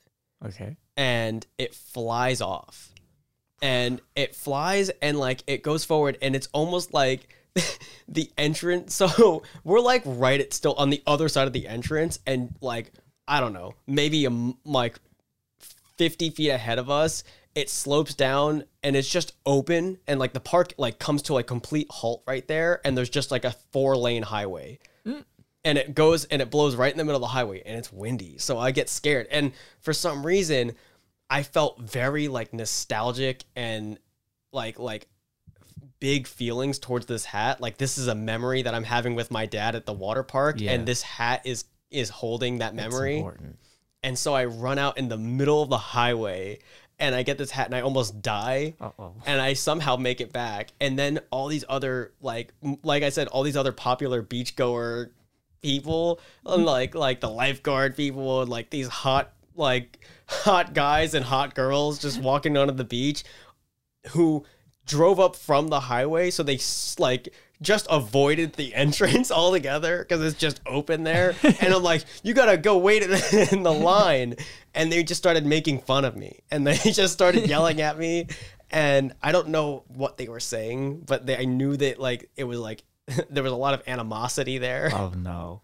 S1: Okay.
S2: and it flies off. And it flies and like it goes forward and it's almost like *laughs* the entrance. *laughs* So we're like right at still on the other side of the entrance and like I don't know, maybe a m- like 50 feet ahead of us. It slopes down and it's just open and like the park like comes to a complete halt right there and there's just like a four lane highway
S1: Mm.
S2: and it goes and it blows right in the middle of the highway and it's windy so i get scared and for some reason i felt very like nostalgic and like like big feelings towards this hat like this is a memory that i'm having with my dad at the water park
S1: Yeah.
S2: and this hat is is holding that
S1: That's
S2: memory
S1: important.
S2: and so i run out in the middle of the highway and i get this hat and i almost die
S1: Uh-oh.
S2: and I somehow make it back. And then all these other like m- like I said, all these other popular beachgoer people, and like like the lifeguard people, and like these hot like hot guys and hot girls just walking onto the beach, who drove up from the highway, so they s- like just avoided the *laughs* entrance altogether because it's just open there. and I'm like, you gotta go wait in- *laughs* in the line. And they just started making fun of me, and they *laughs* just started yelling at me. And I don't know what they were saying, but they, I knew that like it was like *laughs* there was a lot of animosity there.
S1: Oh no.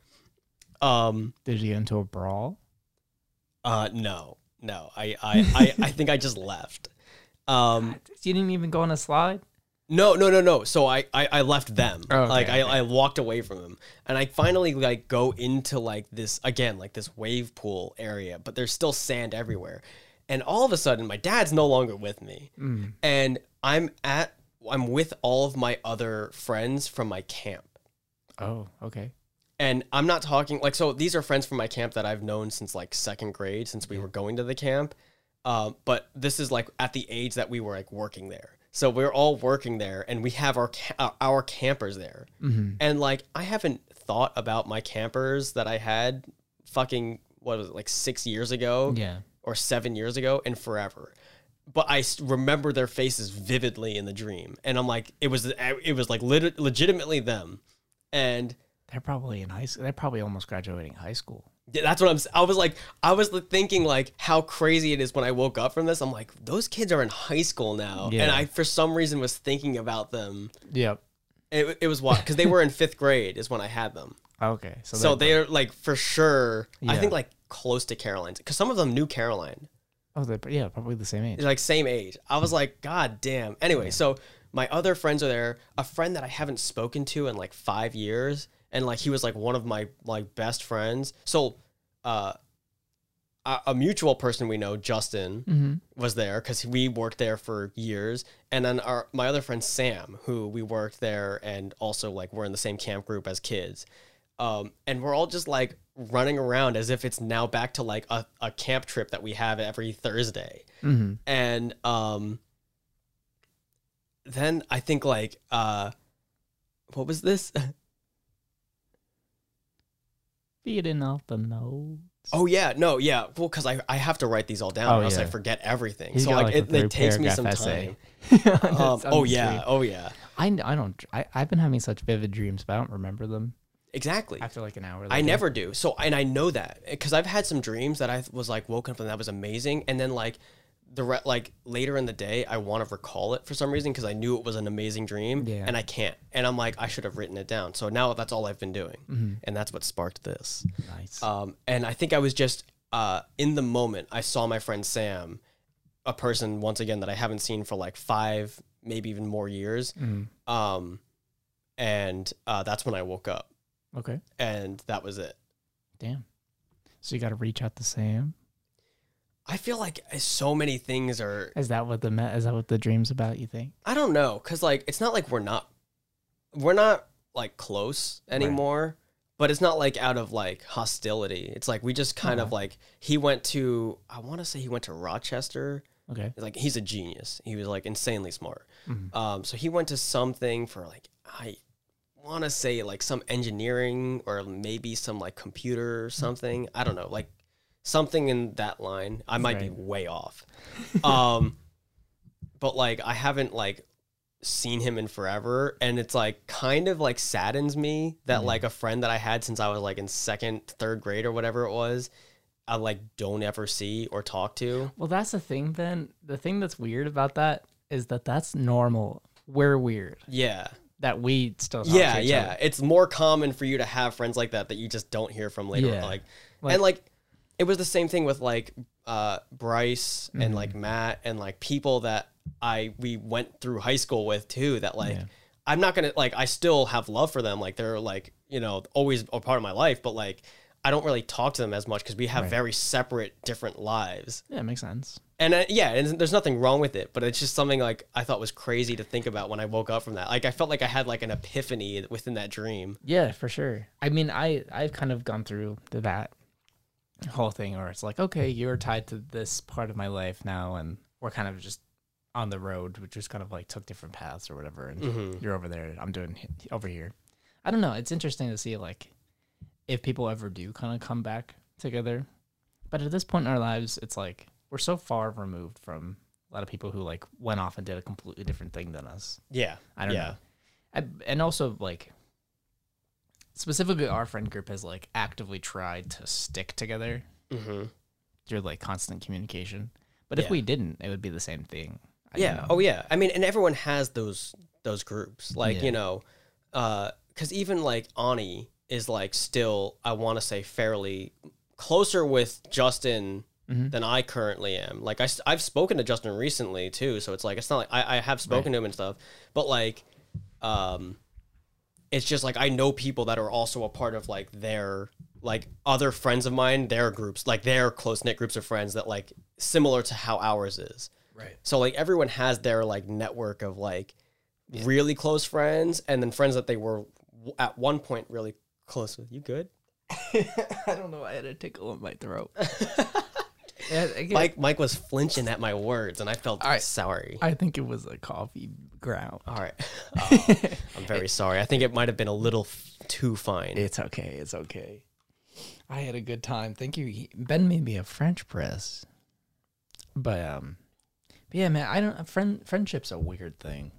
S2: Um,
S1: Did you get into a brawl?
S2: uh, no, no, I, I, I, I think I just left. Um,
S1: You didn't even go on a slide?
S2: No, no, no, no. So I, I, I left them.
S1: Oh, okay,
S2: like I,
S1: okay.
S2: I walked away from them, and I finally like go into like this again, like this wave pool area, but there's still sand everywhere. And all of a sudden, my dad's no longer with me,
S1: Mm.
S2: and I'm at, I'm with all of my other friends from my camp
S1: Oh, okay.
S2: and I'm not talking like so. These are friends from my camp that I've known since like second grade, since we were going to the camp. Um, but this is like at the age that we were like working there, so we're all working there, and we have our ca- our- our campers there. And like I haven't thought about my campers that I had fucking what was it like six years ago?
S1: Yeah.
S2: or seven years ago and forever. But I s- remember their faces vividly in the dream, and I'm like, it was it was like lit- legitimately them, and
S1: They're probably in high school. They're probably almost graduating high school.
S2: Yeah, that's what I'm. s- I was like, I was thinking like how crazy it is when I woke up from this. I'm like, those kids are in high school now, and
S1: Yeah.
S2: I for some reason was thinking about them.
S1: Yep.
S2: It, it was what because they were in fifth grade is when I had
S1: *laughs*
S2: them,
S1: Okay. So,
S2: so
S1: they
S2: they're like for sure. I
S1: Yeah.
S2: think like close to Caroline's because some of them knew Caroline,
S1: Oh, they're yeah, probably the same age.
S2: They're, like same age. I was like, God damn. Anyway, so my other friends are there. A friend that I haven't spoken to in like five years, and like he was like one of my like best friends. So, uh, a, a mutual person we know, Justin,
S1: Mm-hmm.
S2: was there because we worked there for years, and then our my other friend Sam, who we worked there and also like we're in the same camp group as kids. Um, and we're all just like running around as if it's now back to like a, a camp trip that we have every Thursday.
S1: Mm-hmm.
S2: And um, then I think like uh, what was this? *laughs*
S1: Feeding off the nose.
S2: Oh yeah, no, yeah. Well, because I, I have to write these all down,
S1: Oh,
S2: or else I
S1: yeah.
S2: forget everything.
S1: He's
S2: so
S1: got,
S2: like,
S1: like,
S2: it,
S1: a
S2: it takes me
S1: three-paragraph
S2: some
S1: essay.
S2: time.
S1: *laughs*
S2: Um,
S1: That's
S2: oh
S1: on
S2: yeah,
S1: street.
S2: oh yeah,
S1: I, I don't. I, I've been having such vivid dreams, but I don't remember them
S2: exactly.
S1: after like an hour.
S2: I
S1: later.
S2: never do. So and I know that because I've had some dreams that I was like woken up and that was amazing, and then like the re- like later in the day I want to recall it for some reason because I knew it was an amazing dream
S1: Yeah.
S2: and I can't, and I'm like I should have written it down. So now that's all I've been doing,
S1: Mm-hmm.
S2: and that's what sparked this.
S1: Nice.
S2: Um, and I think I was just uh, in the moment. I saw my friend Sam, a person once again that I haven't seen for like five, maybe even more years.
S1: Mm.
S2: Um, and uh, that's when I woke up,
S1: Okay.
S2: and that was it.
S1: Damn. So you got to reach out to Sam.
S2: I feel like so many things are.
S1: Is that what the me- is that what the dreams about? You think?
S2: I don't know, cause like it's not like we're not, we're not like close anymore. But it's not like out of like hostility. It's like we just kind of like he went to. I want to say he went to Rochester.
S1: Okay.
S2: like he's a genius. He was like insanely smart.
S1: Mhm.
S2: Um, so he went to something for like I want to say like some engineering or maybe some like computer or something. I don't know, like something in that line. I might be
S1: Right.
S2: way off. um, but like I haven't like seen him in forever and it's like kind of like saddens me that like a friend that I had since I was like in second third grade or whatever it was I like don't ever see or talk to
S1: Well, that's the thing. Then the thing that's weird about that is that that's normal. We're weird
S2: yeah
S1: that we still. talk to
S2: yeah
S1: each
S2: yeah
S1: other.
S2: it's more common for you to have friends like that that you just don't hear from later
S1: Yeah.
S2: like,
S1: Like-
S2: and like it was the same thing with like uh bryce and like
S1: Mm-hmm.
S2: matt and like people that i we went through high school with too that like
S1: Yeah.
S2: i'm not gonna like i still have love for them like they're like you know always a part of my life but like i don't really talk to them as much because we have very separate different lives
S1: Yeah, it makes sense.
S2: and uh, yeah, and there's nothing wrong with it, but it's just something like I thought was crazy to think about when I woke up from that. Like I felt like I had like an epiphany within that dream.
S1: Yeah, for sure. I mean, I I've kind of gone through the, that whole thing where it's like, okay, you're tied to this part of my life now, and we're kind of just on the road, which just kind of like took different paths or whatever, and you're over there, I'm doing he- over here. I don't know. It's interesting to see like if people ever do kind of come back together, but at this point in our lives, it's like we're so far removed from a lot of people who like went off and did a completely different thing than us.
S2: Yeah,
S1: I don't
S2: yeah.
S1: know. I, and also, like, specifically, our friend group has like actively tried to stick together
S2: hmm
S1: through like constant communication. But if
S2: Yeah.
S1: we didn't, it would be the same thing. I
S2: Yeah.
S1: don't know.
S2: Oh yeah. I mean, and everyone has those those groups. Like
S1: Yeah.
S2: you know, because even like Ani is like still I want to say fairly closer with Justin
S1: Mhm.
S2: than I currently am. Like I have spoken to Justin recently too, so it's like it's not like I, I have spoken to him and stuff, but like, um, it's just like I know people that are also a part of like their like other friends of mine, their groups, like their close knit groups of friends that like similar to how ours is.
S1: Right.
S2: So like everyone has their like network of like really close friends and then friends that they were w- at one point really close with. You good?
S1: I don't know. I had a tickle in my
S2: *laughs*
S1: throat. Yeah, I, get-
S2: Mike Mike was flinching at my words and I felt
S1: right.
S2: sorry.
S1: I think it was a coffee ground. *laughs*
S2: All right. Oh, I'm very sorry. I think it might have been a little f- too fine.
S1: It's okay. It's okay. I had a good time. Thank you. He- Ben made me a French press, but um, but yeah, man. I don't. Friend friendship's a weird thing.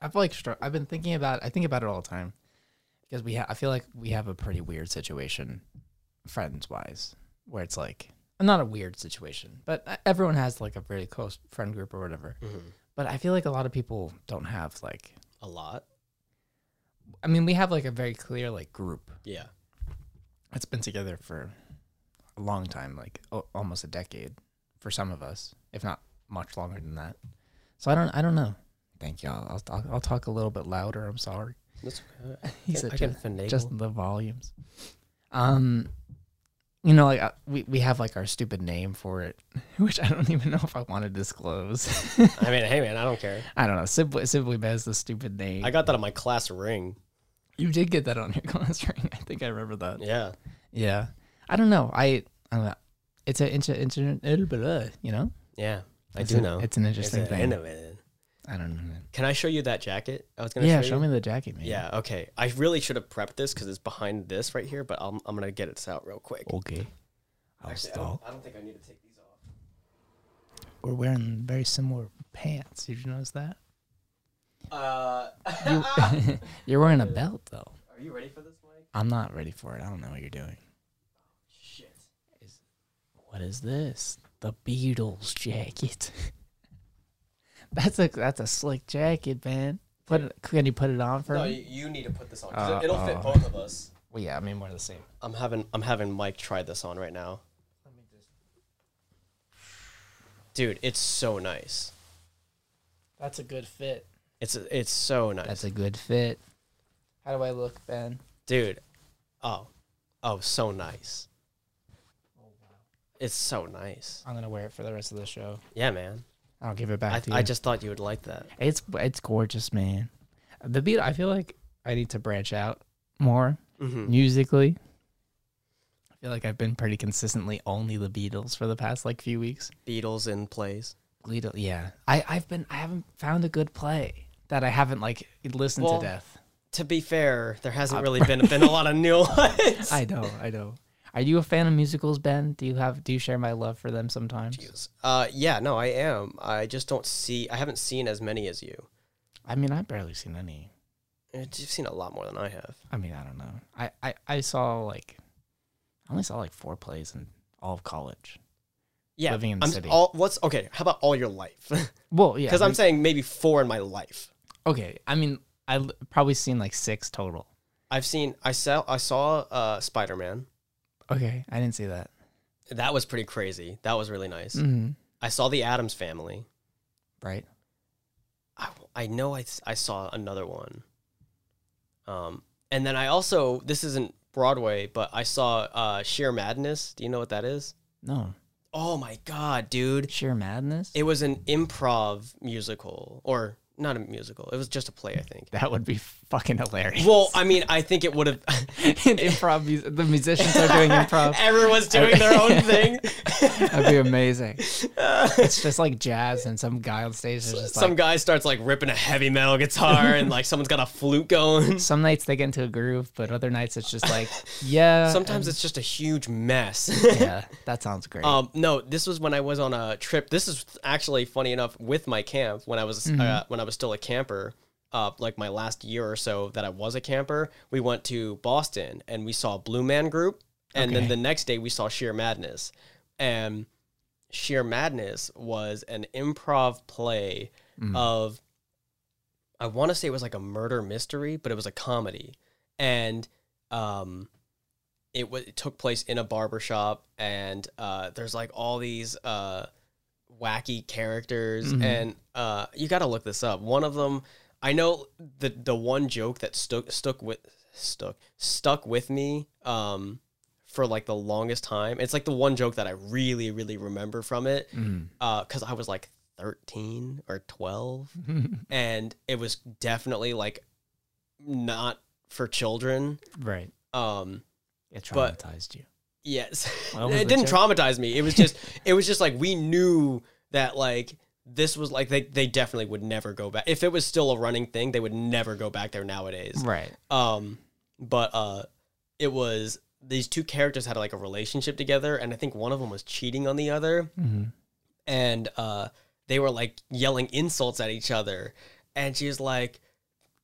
S1: I've like str- I've been thinking about. I think about it all the time because we. Ha- I feel like we have a pretty weird situation, friends wise, where it's like not a weird situation, but uh, everyone has like a very close friend group or whatever. But I feel like a lot of people don't have like.
S2: A lot.
S1: I mean, we have like a very clear like group
S2: Yeah.
S1: it's been together for a long time, like o- almost a decade for some of us, if not much longer than that. So I don't, I don't know. Thank y'all. I'll talk, I'll talk a little bit louder. I'm
S2: *laughs*
S1: sorry.
S2: That's okay.
S1: *laughs* He
S2: I
S1: said
S2: can
S1: just,
S2: finagle. *laughs*
S1: just the volumes. Um, you know, like I, we we have like our stupid name for it, *laughs* which I don't even know if I want to disclose. *laughs*
S2: I mean, hey man, I don't care.
S1: I don't know. Sibling, sibling is the stupid name.
S2: I got that on my class ring.
S1: You did get that on your *laughs* glass ring. I think I remember that.
S2: Yeah.
S1: Yeah. I don't know. I, I don't know. It's an inter, inter, you know?
S2: Yeah. I
S1: It's
S2: do
S1: a-
S2: know.
S1: It's an interesting
S2: It's a-
S1: thing.
S2: innovated.
S1: I don't know. man.
S2: Can I show you that jacket? I was gonna
S1: Yeah,
S2: show,
S1: show
S2: you.
S1: me the jacket, man.
S2: Yeah, okay. I really should have prepped this because it's behind this right here, but I'm, I'm gonna get this out real quick.
S1: Okay. I'll
S2: Actually,
S1: stop.
S2: I don't- I don't think I need to take these off.
S1: We're wearing very similar pants. Did you notice
S2: *laughs*
S1: that?
S2: Uh, *laughs*
S1: You, *laughs* you're wearing a belt, though.
S2: are you ready for this, Mike?
S1: I'm not ready for it. I don't know what you're doing.
S2: Shit.
S1: What is this? The Beatles jacket. *laughs* that's a that's a slick jacket, man. Put it, can you put it on for
S2: No,
S1: me?
S2: you, you need to put this on. 'cause
S1: Uh,
S2: it, will fit
S1: uh.
S2: both of us.
S1: Well, yeah, I mean we're the same.
S2: I'm having I'm having Mike try this on right now. Dude, it's so nice.
S1: That's a good fit.
S2: It's it's so nice,
S1: That's a good fit. How do I look, Ben?
S2: dude. Oh, oh, so nice. Oh, It's so nice.
S1: I'm gonna wear it for the rest of the show.
S2: Yeah, man.
S1: I'll give it back
S2: I,
S1: to you.
S2: I just thought you would like that.
S1: it's it's gorgeous, man. The beat. I feel like I need to branch out more
S2: Mm-hmm.
S1: musically. I feel like I've been pretty consistently only the Beatles for the past like few weeks.
S2: Beatles in plays.
S1: Lido, yeah. I, I've been I haven't found a good play that I haven't like listened
S2: Well-
S1: to death.
S2: To be fair, there hasn't really been been a lot of *laughs* new ones.
S1: I know, I know. Are you a fan of musicals, Ben? Do you have do you share my love for them sometimes?
S2: Uh, yeah, no, I am. I just don't see. I haven't seen as many as you.
S1: I mean I've barely seen any.
S2: Uh, You've seen a lot more than I have.
S1: I mean, I don't know. I, I, I saw like I only saw like four plays in all of college.
S2: Yeah,
S1: Living in the
S2: I'm,
S1: city.
S2: All, what's okay? How about all your life? *laughs* Because
S1: Well, yeah.
S2: I'm saying maybe four in my life.
S1: okay. I mean, I l- probably seen like six total.
S2: I've seen. I saw. I saw uh, Spider Man.
S1: Okay, I didn't see that.
S2: That was pretty crazy. That was really nice.
S1: Mm-hmm.
S2: I saw the Adams Family.
S1: Right.
S2: I, I know I, s- I saw another one. Um, and then I also this isn't Broadway, but I saw uh, Sheer Madness. Do you know what that is?
S1: No.
S2: Oh my god, dude!
S1: Sheer madness.
S2: It was an improv musical, or not a musical. It was just a play, I
S1: *laughs*
S2: think.
S1: that would be fucking hilarious.
S2: Well, I mean, I think it would have.
S1: in *laughs* improv mus- the musicians are doing improv
S2: *laughs* Everyone's doing their own thing.
S1: that'd be amazing it's just like jazz and some guy on stage is just
S2: Some
S1: like
S2: guy starts like ripping a heavy metal guitar, and like someone's got a flute
S1: *laughs*
S2: going.
S1: some nights they get into a groove but other nights it's just *laughs* like yeah
S2: Sometimes it's just a huge mess. *laughs*
S1: and- yeah that sounds great
S2: Um, no, this was when I was on a trip. This is actually funny enough with my camp when I was uh, when I was still a camper. Uh, like my last year or so that I was a camper, we went to Boston and we saw Blue Man Group, and
S1: Okay.
S2: then the next day we saw Sheer Madness, and Sheer Madness was an improv play of, I want to say it was like a murder mystery, but it was a comedy, and um, it was it took place in a barbershop and uh there's like all these uh wacky characters
S1: Mhm.
S2: and uh you got to look this up one of them i know the the one joke that stuck stuck with stuck stuck with me um for like the longest time it's like the one joke that i really really remember from it
S1: Mm.
S2: uh cuz i was like 13 or 12
S1: Mm-hmm.
S2: and it was definitely like not for children
S1: *laughs* right
S2: um
S1: it
S2: but-
S1: traumatized you
S2: Yes.
S1: Well, was
S2: *laughs* it
S1: it
S2: didn't
S1: check-
S2: traumatize me. It was just *laughs* it was just like we knew that like this was like they, they definitely would never go back. If it was still a running thing, they would never go back there nowadays.
S1: right
S2: Um but uh it was these two characters had like a relationship together and I think one of them was cheating on the other
S1: hmm
S2: and uh, they were like yelling insults at each other. And she was like,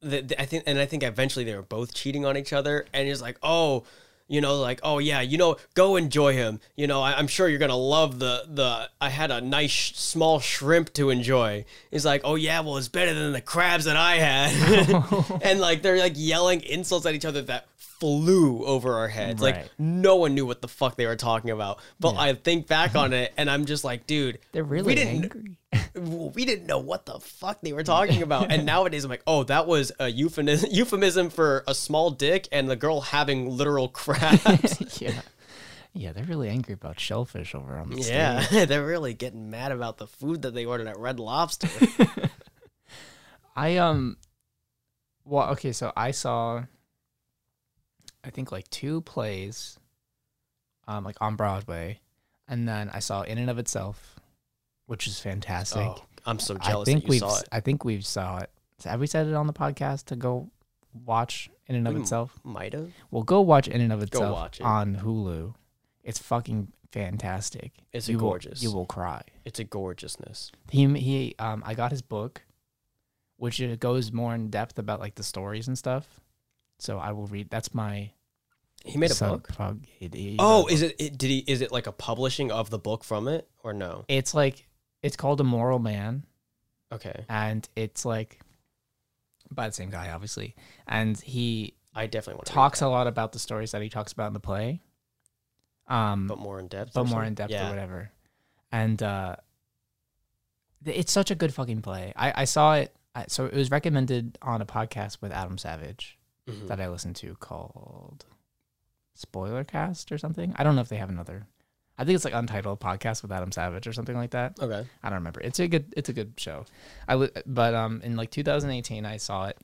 S2: th- th- I think, and I think eventually they were both cheating on each other. And he's like, oh, you know, like, oh yeah, you know, go enjoy him. You know, I- I'm sure you're gonna love the the. I had a nice sh- small shrimp to enjoy. He's like, oh yeah, well it's better than the crabs that
S1: *laughs*
S2: I had. and like they're like yelling insults at each other that flew over our heads. Like
S1: Right.
S2: no one knew what the fuck they were talking about. But I think
S1: *laughs*
S2: back on it and I'm just like, dude,
S1: they're really
S2: we didn't
S1: angry
S2: we didn't know what the fuck they were talking
S1: *laughs*
S2: about. and nowadays I'm like, oh, that was a euphemism *laughs* euphemism for a small dick and the girl having
S1: *laughs*
S2: literal *laughs* crabs.
S1: yeah yeah they're really angry about shellfish over on the stage
S2: yeah, *laughs* they're really getting mad about the food that they ordered at Red
S1: *laughs*
S2: Lobster.
S1: I um well okay, so I saw I think like two plays, um, like on Broadway, and then I saw In and of Itself, which is fantastic.
S2: Oh, I'm so
S1: I
S2: jealous
S1: think
S2: that you
S1: we've
S2: saw it.
S1: I think we've saw it. Have we said it on the podcast to go watch In and of
S2: We
S1: Itself?
S2: Might have.
S1: Well, go watch In and of Itself
S2: watch it.
S1: on Hulu. It's fucking fantastic.
S2: It's
S1: you will-
S2: gorgeous.
S1: you will cry.
S2: It's a gorgeousness.
S1: He he. Um, I got his book, which it goes more in depth about like the stories and stuff. So I will read. That's my
S2: He made a
S1: sub-
S2: book.
S1: prog- he- he wrote
S2: Oh,
S1: a book.
S2: is it, it? Did he? Is it like a publishing of the book from it or no?
S1: it's like it's called Immoral Man.
S2: Okay,
S1: and it's like by the same guy, obviously. And he
S2: I definitely want to
S1: talks a lot about the stories that he talks about in the play, um,
S2: but
S1: but,
S2: more in depth. or
S1: more
S2: something?
S1: in depth
S2: Yeah.
S1: or whatever. And uh, th- it's such a good fucking play. I, I saw it. I, so it was recommended on a podcast with Adam Savage
S2: Mhm.
S1: that I listened to called Spoilercast or something. I don't know if they have another. I think it's like Untitled Podcast with Adam Savage or something like that.
S2: Okay.
S1: I don't remember. It's a good it's a good show. I li- but um in like 2018 I saw it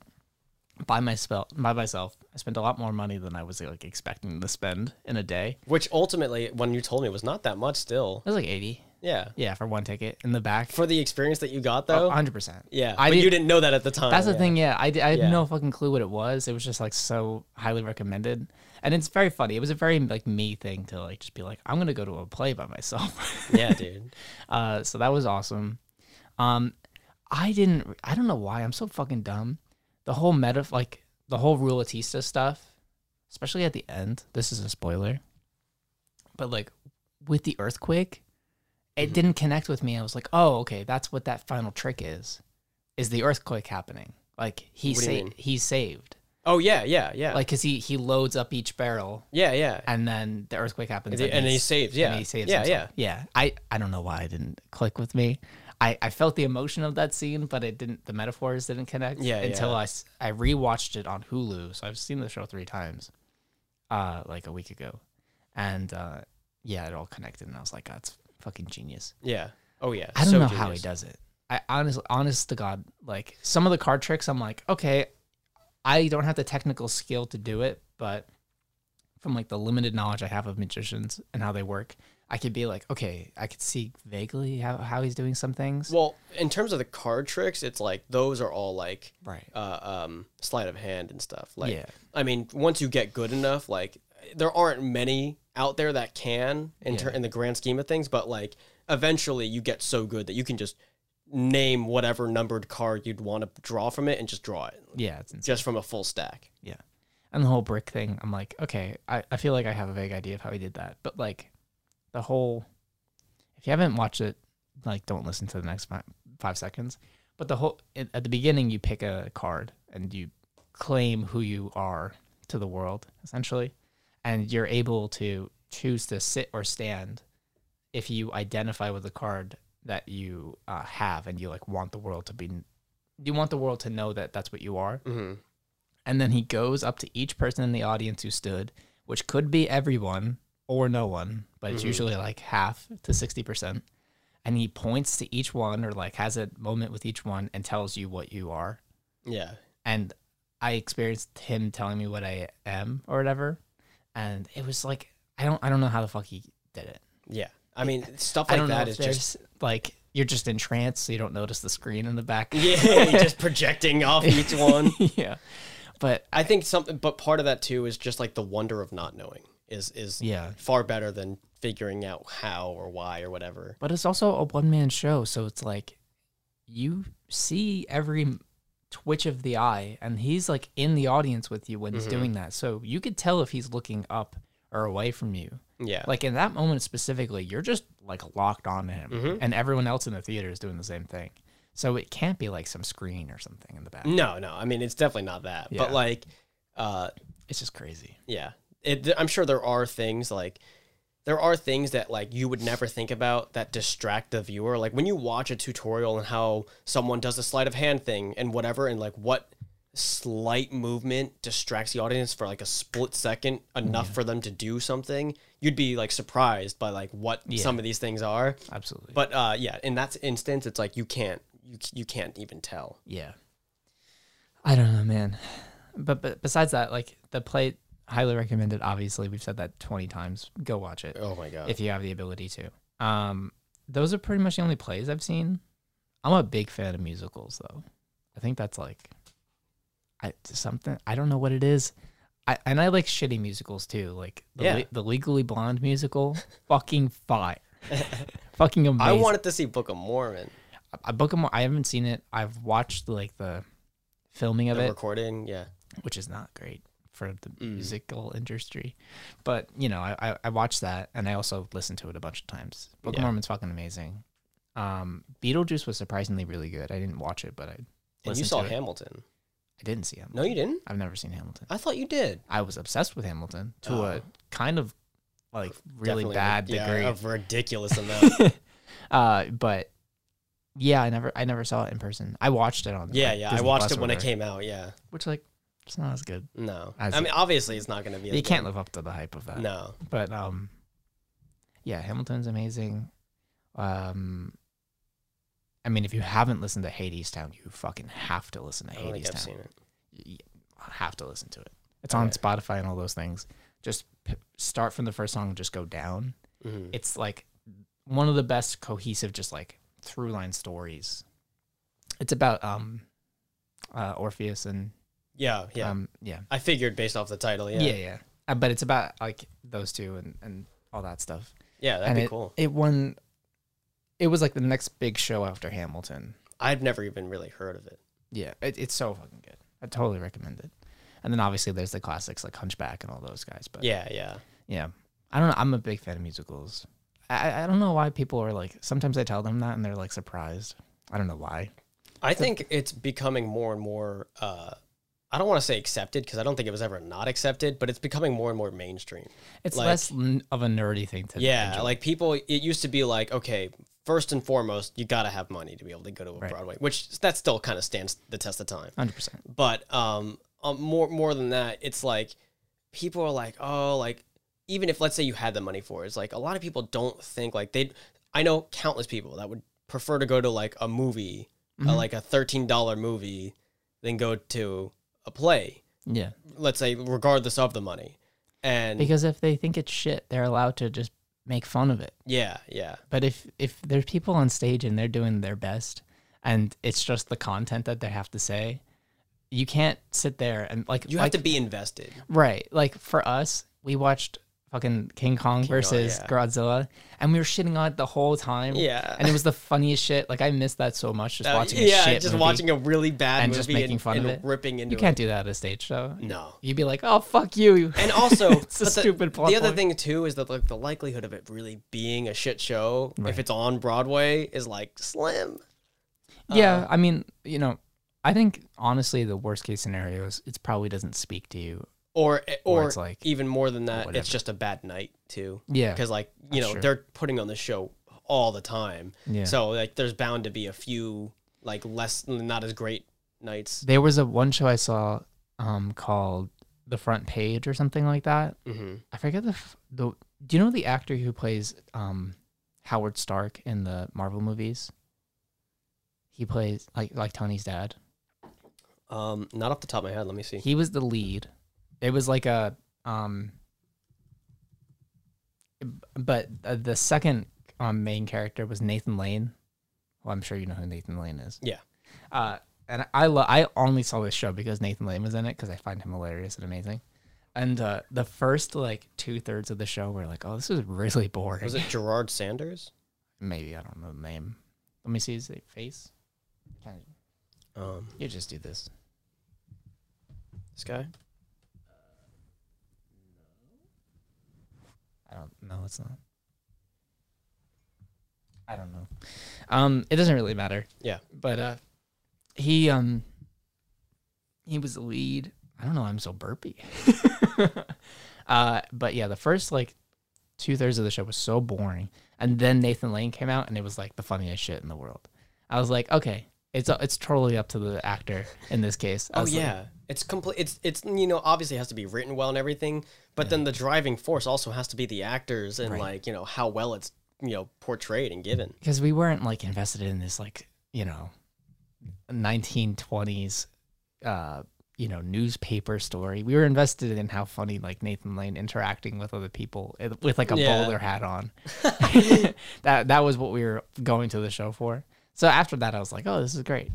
S1: by myself by myself. I spent a lot more money than I was like expecting to spend in a day.
S2: Which ultimately, when you told me, was not that much. Still,
S1: It was like 80.
S2: yeah.
S1: Yeah, for one ticket in the back.
S2: For the experience that you got
S1: Oh,
S2: though,
S1: 100%.
S2: yeah.
S1: I
S2: but you
S1: didn't-
S2: didn't know that at the time.
S1: That's the
S2: yeah.
S1: thing, yeah. I, d- I had
S2: Yeah.
S1: no fucking clue what it was. It was just like so highly recommended. And it's very funny. It was a very like me thing to like just be like I'm going to go to a play by myself. *laughs*
S2: Yeah, dude.
S1: Uh, so that was awesome. Um, I didn't. I don't know why I'm so fucking dumb. The whole meta, like the whole Rulatista stuff, especially at the end. This is a spoiler, but like with the earthquake, it
S2: Mm-hmm.
S1: didn't connect with me. I was like, oh, okay, that's what that final trick is. Is the earthquake happening? Like he
S2: What do you
S1: saved.
S2: mean?
S1: He's saved.
S2: Oh yeah, yeah, yeah.
S1: Like because he he loads up each barrel.
S2: yeah, yeah.
S1: And then the earthquake happens,
S2: And he- and he
S1: he's-
S2: saves,
S1: and
S2: yeah.
S1: he saves.
S2: Yeah,
S1: himself. yeah. I I don't know why it didn't click with me. I, I felt the emotion of that scene, but it didn't. The metaphors didn't connect.
S2: Yeah,
S1: Until
S2: yeah.
S1: I s- I rewatched it on Hulu, so I've seen the show three times, uh, like a week ago, and uh, yeah, it all connected, and I was like, that's fucking genius.
S2: Yeah. Oh yeah.
S1: I don't
S2: So
S1: know how he
S2: genius.
S1: does it. I honestly, honest to God, like some of the card tricks, I'm like, okay, I don't have the technical skill to do it, but from like the limited knowledge I have of magicians and how they work, I could be like, okay, I could see vaguely how, how he's doing some things.
S2: Well, in terms of the card tricks, it's like those are all like
S1: right.
S2: uh, um, sleight of hand and stuff. Like,
S1: Yeah.
S2: I mean, once you get good enough, like there aren't many out there that can in, ter-
S1: Yeah.
S2: in the grand scheme of things. But like, eventually, you get so good that you can just name whatever numbered card you'd want to draw from it and just draw it
S1: yeah. It's insane.
S2: just from a full stack.
S1: Yeah. And the whole brick thing, I'm like, okay, I, I feel like I have a vague idea of how he did that. But like the whole, if you haven't watched it, like don't listen to the next five, five seconds. But the whole, at at the beginning, you pick a card and you claim who you are to the world, essentially. And you're able to choose to sit or stand if you identify with the card that you uh, have and you like want the world to be, you want the world to know that that's what you are.
S2: hmm
S1: And then he goes up to each person in the audience who stood, which could be everyone or no one, but it's
S2: Mhm.
S1: usually like half to 60%. And he points to each one or like has a moment with each one and tells you what you are.
S2: Yeah.
S1: And I experienced him telling me what I am or whatever. And it was like, I don't, I don't know how the fuck he did it.
S2: Yeah. I mean, stuff
S1: I
S2: like
S1: don't know
S2: that
S1: if
S2: is just *laughs*
S1: there's like, you're just in trance. So you don't notice the screen in the back.
S2: yeah, just projecting off each one.
S1: *laughs* yeah. But
S2: I think something, but part of that too is just like the wonder of not knowing is is
S1: Yeah.
S2: far better than figuring out how or why or whatever.
S1: But it's also a one man show, so it's like you see every m- twitch of the eye, and he's like in the audience with you when he's doing that. So you could tell if he's looking up or away from you.
S2: Yeah,
S1: Like in that moment specifically, you're just like locked on to him, and everyone else in the theater is doing the same thing. So it can't be like some screen or something in the back.
S2: no, no. I mean, it's definitely not that.
S1: Yeah.
S2: But like, uh,
S1: It's just crazy.
S2: yeah, it, I'm sure there are things like there are things that like you would never think about that distract the viewer. Like when you watch a tutorial on how someone does a sleight of hand thing and whatever, and like what slight movement distracts the audience for like a split second enough for them to do something, you'd be like surprised by like what some of these things are.
S1: Absolutely.
S2: But uh, yeah, in that instance, it's like you can't you you can't even tell.
S1: Yeah. I don't know, man. But but besides that, like the play highly recommend it. Obviously, we've said that 20 times. Go watch it
S2: Oh my god.
S1: if you have the ability to. Um, those are pretty much the only plays I've seen. I'm a big fan of musicals, though. I think that's like, I something I don't know what it is. I and I like shitty musicals too, like the,
S2: Yeah.
S1: Le- the Legally Blonde musical, fucking
S2: *laughs*
S1: fire, fucking amazing.
S2: I wanted to see Book of Mormon.
S1: I Book of Mor- I haven't seen it. I've watched like the filming of
S2: The
S1: it,
S2: recording, yeah.
S1: which is not great for the
S2: Mm.
S1: musical industry. But you know, I, I, I watched that and I also listened to it a bunch of times. Book
S2: Yeah.
S1: of Mormon's fucking amazing. Um, Beetlejuice was surprisingly really good. I didn't watch it, but I
S2: And you
S1: listened
S2: saw
S1: to it.
S2: Hamilton.
S1: I didn't see him.
S2: No, you didn't?
S1: I've never seen Hamilton.
S2: I thought you did.
S1: I was obsessed with Hamilton to a
S2: Oh.
S1: kind of like really
S2: Definitely,
S1: bad
S2: yeah,
S1: degree.
S2: A *laughs* ridiculous amount.
S1: Uh, but yeah, I never I never saw it in person. I watched it on
S2: yeah,
S1: like,
S2: yeah. I
S1: Disney
S2: watched
S1: Plus
S2: it when
S1: or
S2: it
S1: whatever,
S2: came out, yeah.
S1: which like it's not as good.
S2: No.
S1: As
S2: I
S1: a-
S2: mean obviously it's not gonna be as
S1: you
S2: good.
S1: can't live up to the hype of that.
S2: No.
S1: but um yeah hamilton's amazing um i mean if you haven't listened to hades town you fucking have to listen to
S2: I don't
S1: hades
S2: think I've
S1: town
S2: seen it.
S1: you have to listen to it it's on
S2: Okay.
S1: spotify and all those things just p- start from the first song and just go down
S2: Mhm.
S1: it's like one of the best cohesive just like through line stories it's about um uh orpheus and
S2: Yeah, yeah.
S1: um yeah
S2: I figured based off the title, yeah.
S1: yeah
S2: Yeah,
S1: yeah Uh, but it's about like those two and and all that stuff
S2: that'd
S1: and
S2: be
S1: it,
S2: cool.
S1: It won. It was like the next big show after Hamilton.
S2: I've never even really heard of it.
S1: Yeah, it, it's so fucking good. I totally recommend it. And then obviously there's the classics like Hunchback and all those guys. But
S2: Yeah, yeah.
S1: yeah. I don't know. I'm a big fan of musicals. I, I- I don't know why people are like. Sometimes I tell them that and they're like surprised. I don't know why.
S2: I think it's becoming more and more. Uh, I don't want to say accepted because I don't think it was ever not accepted, but it's becoming more and more mainstream.
S1: It's
S2: Like-
S1: less n- of a nerdy thing to.
S2: Yeah,
S1: enjoy.
S2: like people, it used to be like, okay, first and foremost, you got to have money to be able to go to a
S1: Right.
S2: Broadway, which that still kind of stands the test of time.
S1: hundred percent.
S2: But um, um, more more than that, it's like people are like, oh, like even if let's say you had the money for it, it's like a lot of people don't think like they. I know countless people that would prefer to go to like a movie,
S1: Mm-hmm.
S2: uh, like a thirteen dollar movie, than go to a play.
S1: Yeah,
S2: Let's say regardless of the money, and
S1: because if they think it's shit, they're allowed to just make fun of it.
S2: yeah, yeah,
S1: But if if there's people on stage and they're doing their best, and it's just the content that they have to say, you can't sit there and like
S2: you
S1: like,
S2: have to be invested.
S1: right. Like for us, we watched fucking King Kong versus
S2: yeah.
S1: Godzilla, and we were shitting on it the whole time.
S2: Yeah.
S1: and it was the funniest shit. Like I missed that so much just
S2: Uh,
S1: watching. A
S2: yeah,
S1: shit
S2: just
S1: movie.
S2: watching a really bad
S1: and
S2: movie
S1: just making
S2: and,
S1: fun of
S2: and
S1: it.
S2: ripping into
S1: You can't do that at a stage show.
S2: it. No.
S1: You'd be like, oh fuck you.
S2: And
S1: *laughs*
S2: also,
S1: It's a
S2: but the,
S1: stupid plot
S2: The other
S1: point.
S2: thing too is that like the likelihood of it really being a shit show if
S1: Right.
S2: it's on Broadway is like slim. uh,
S1: Yeah, I mean, you know, I think honestly, the worst case scenario is it probably doesn't speak to you.
S2: Or eh, or,
S1: Or it's like-
S2: even more than that,
S1: whatever.
S2: it's just a bad night too.
S1: Yeah,
S2: Because like you know
S1: true.
S2: they're putting on the show all the time.
S1: Yeah.
S2: So like there's bound to be a few like less not as great nights.
S1: There was a one show I saw um, called The Front Page or something like that.
S2: hmm
S1: I forget the f- the. Do you know the actor who plays um, Howard Stark in the Marvel movies? He plays like like Tony's dad.
S2: Um, not off the top of my head. Let me see.
S1: He was the lead. It was like a um, but uh, the second um, main character was Nathan Lane. Well, I'm sure you know who Nathan Lane is.
S2: Yeah.
S1: Uh, and I lo- I only saw this show because Nathan Lane was in it because I find him hilarious and amazing. And uh, the first like two thirds of the show were like, oh, this is really boring. *laughs*
S2: Was it Gerard Sanders?
S1: Maybe I don't know the name. Let me see his face. Can I-
S2: Um,
S1: You just do this.
S2: this guy.
S1: I don't know. It's not. I don't know. Um, it doesn't really matter.
S2: Yeah.
S1: But uh, he um, he was the lead. I don't know. why I'm so burpy. *laughs* uh, but yeah, the first like two thirds of the show was so boring, and then Nathan Lane came out, and it was like the funniest shit in the world. I was like, okay, it's it's totally up to the actor in this case. I
S2: Oh
S1: was like,
S2: yeah, it's complete. It's it's you know obviously it has to be written well and everything, but then the driving force also has to be the actors and
S1: Right.
S2: like you know how well it's you know portrayed and given.
S1: because we weren't like invested in this like you know 1920s uh you know, newspaper story. We were invested in how funny like Nathan Lane interacting with other people eh, with like a
S2: Yeah.
S1: bowler hat on.
S2: *laughs*
S1: *laughs* that that was what we were going to the show for. So after that, I was like, oh, this is great.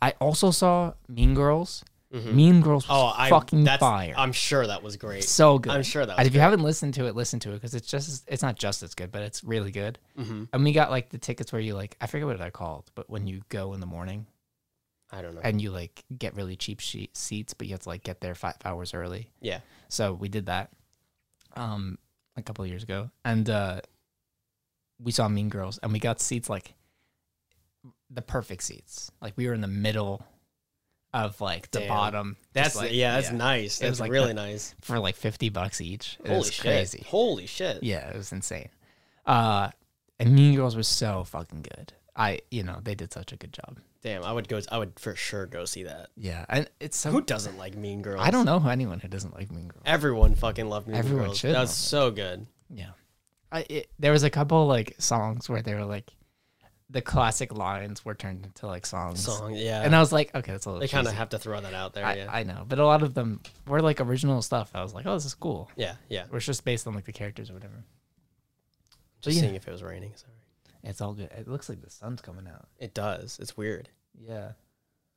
S1: I also saw Mean Girls. Mean Girls
S2: Oh,
S1: was
S2: I
S1: Mm-hmm. fucking
S2: that's,
S1: fire.
S2: I'm sure that was great.
S1: so good.
S2: I'm sure that
S1: And
S2: was
S1: if you haven't listened to it, listen to it because it's just it's not just as good, but it's really good.
S2: Mhm.
S1: And we got like the tickets where you like I forget what they're called, but when you go in the morning
S2: I don't know.
S1: and you like get really cheap she- seats, but you have to like get there five hours early.
S2: yeah.
S1: So we did that um a couple of years ago, and uh we saw Mean Girls, and we got seats like the perfect seats. Like we were in the middle of like the
S2: Damn.
S1: bottom. just,
S2: That's
S1: like-
S2: yeah, that's nice.
S1: It was
S2: That's
S1: like
S2: really
S1: the-
S2: nice.
S1: for like fifty bucks each. It
S2: Holy
S1: was
S2: shit.
S1: crazy.
S2: Holy shit.
S1: Yeah, it was insane. Uh, and Mean Girls was so fucking good. I, you know, they did such a good job.
S2: Damn, I would go I would for sure go see that.
S1: Yeah, and it's so.
S2: Who doesn't like Mean Girls?
S1: I don't know anyone who doesn't like Mean Girls.
S2: Everyone fucking loved Mean
S1: Everyone
S2: Girls.
S1: should
S2: That was
S1: love it.
S2: so good.
S1: Yeah, I, it, there was a couple like songs where they were like, the classic lines were turned into like songs.
S2: Song, yeah.
S1: And I was like, okay, that's a little.
S2: they kind of
S1: cheesy.
S2: have to throw that out there.
S1: I,
S2: yeah.
S1: I know, but a lot of them were like original stuff. I was like, oh, this is cool.
S2: yeah, yeah.
S1: It's just based on like the characters or whatever.
S2: Just
S1: yeah.
S2: seeing if it was raining. Sorry.
S1: It's all good. It looks like the sun's coming out.
S2: It does. It's weird.
S1: Yeah,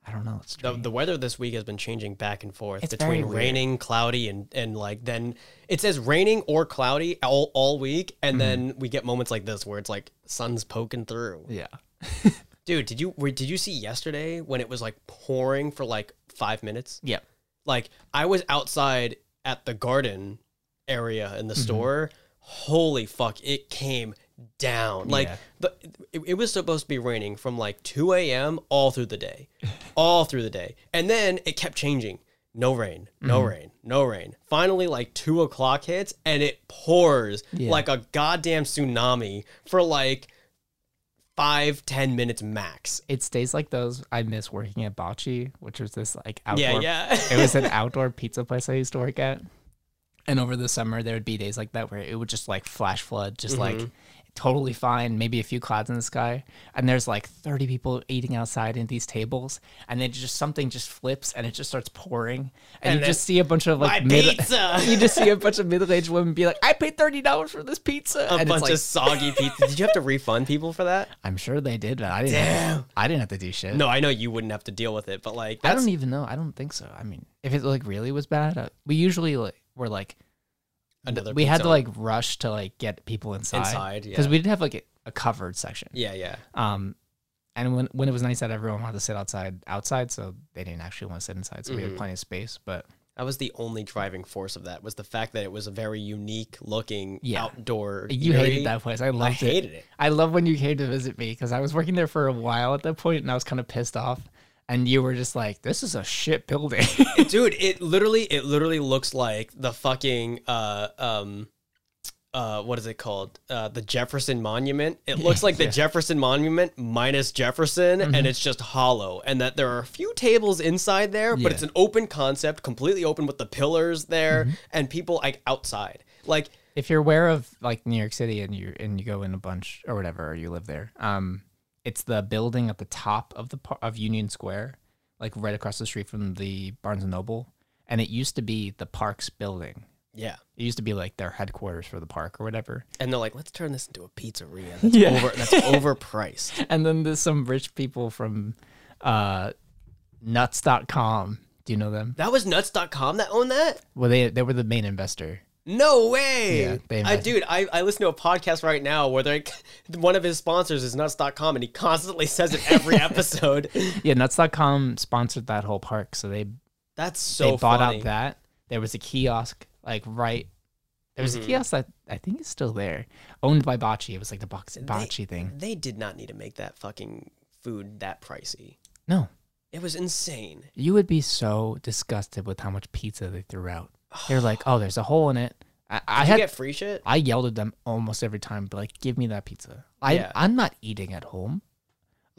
S1: I don't know. It's
S2: The,
S1: strange.
S2: the weather this week has been changing back and forth
S1: It's very
S2: between
S1: weird.
S2: raining, cloudy, and, and like then it says raining or cloudy all, all week. And then we get moments like this where it's like sun's poking through.
S1: Mm-hmm. yeah.
S2: Dude, did you were, did you see yesterday when it was like pouring for like five minutes?
S1: Yeah.
S2: Like I was outside at the garden area
S1: Mm-hmm.
S2: in the store. Holy fuck! It came down. Like
S1: Yeah.
S2: the it, it was supposed to be raining from like two a.m. all through the
S1: *laughs*
S2: day, all through the day, and then it kept changing. No rain, no
S1: Mm-hmm.
S2: rain, no rain. Finally, like two o'clock hits, and it pours
S1: Yeah.
S2: like a goddamn tsunami for like five ten minutes max.
S1: it's days like those I miss working at Bocce, which was this like outdoor.
S2: Yeah, yeah.
S1: *laughs*
S2: *laughs*
S1: it was an outdoor pizza place I used to work at. And over the summer, there would be days like that where it would just like flash flood, just
S2: Mm-hmm.
S1: like totally fine, maybe a few clouds in the sky. And there's like 30 people eating outside in these tables. And then just something just flips and it just starts pouring. And,
S2: And
S1: you
S2: then,
S1: just see a bunch of like
S2: "My pizza!"
S1: *laughs* you just see a bunch of middle aged women be like, I paid $30 for this pizza.
S2: a
S1: and
S2: bunch
S1: it's like, *laughs*
S2: of soggy pizza. Did you have to refund people for that?
S1: I'm sure they did, but I didn't,
S2: Damn.
S1: I didn't have to do shit.
S2: No, I know you wouldn't have to deal with it, but like
S1: I
S2: that's
S1: don't even know. I don't think so. I mean, if it like really was bad, uh, we usually like were like
S2: another.
S1: we had
S2: pizza.
S1: to like rush to like get people inside
S2: Inside, yeah.
S1: we didn't have like a, a covered section.
S2: Yeah, yeah.
S1: Um, and when when it was nice that everyone wanted to sit outside outside, so they didn't actually want to sit inside, so we
S2: Mm-hmm.
S1: had plenty of space. But
S2: That was the only driving force of that was the fact that it was a very unique looking
S1: Yeah.
S2: outdoor.
S1: you
S2: eerie-
S1: hated that place. I loved
S2: I
S1: it.
S2: hated it.
S1: I love when you came to visit me because I was working there for a while at that point, and I was kind of pissed off. And you were just like, "This is a shit building." *laughs*
S2: dude. It literally, it literally looks like the fucking uh um. Uh, what is it called? Uh, the Jefferson Monument. It looks
S1: *laughs*
S2: like the Jefferson Monument minus Jefferson,
S1: Mm-hmm.
S2: and it's just hollow. And that there are a few tables inside there, but
S1: Yeah. Mm-hmm.
S2: it's an open concept, completely open with the pillars there and people like outside. Like
S1: if you're aware of like New York City and you and you go in a bunch or whatever or you live there, um, it's the building at the top of the par- of Union Square, like right across the street from the Barnes and Noble, and it used to be the Parks building.
S2: yeah,
S1: It used to be like their headquarters for the park or whatever. *laughs*
S2: and they're like, let's turn this into a pizzeria. That's
S1: Yeah.
S2: over. That's overpriced.
S1: And then there's some rich people from uh, nuts.com. Do you know them?
S2: That was nuts.com that owned that?
S1: Well, they they were the main investor.
S2: No way.
S1: Yeah, they
S2: I,
S1: invested.
S2: dude, I, I listen to a podcast right now where they're, *laughs* one of his sponsors is nuts.com and he constantly says it
S1: *laughs*
S2: every episode.
S1: Yeah, nuts.com sponsored that whole park, so they
S2: That's
S1: they
S2: so
S1: bought
S2: funny.
S1: out that there was a kiosk like right there was
S2: Mm-hmm.
S1: a kiosk that I think is still there, owned by Bocce. It was like the box, Bocce thing.
S2: They did not need to make that fucking food that pricey.
S1: No,
S2: It was insane.
S1: you would be so disgusted with how much pizza they threw out. They're
S2: *sighs*
S1: like, oh, there's a hole in it. I, I
S2: Did
S1: had
S2: you get free shit?
S1: I yelled at them almost every time, but like, give me that pizza. I
S2: Yeah.
S1: I'm not eating at home.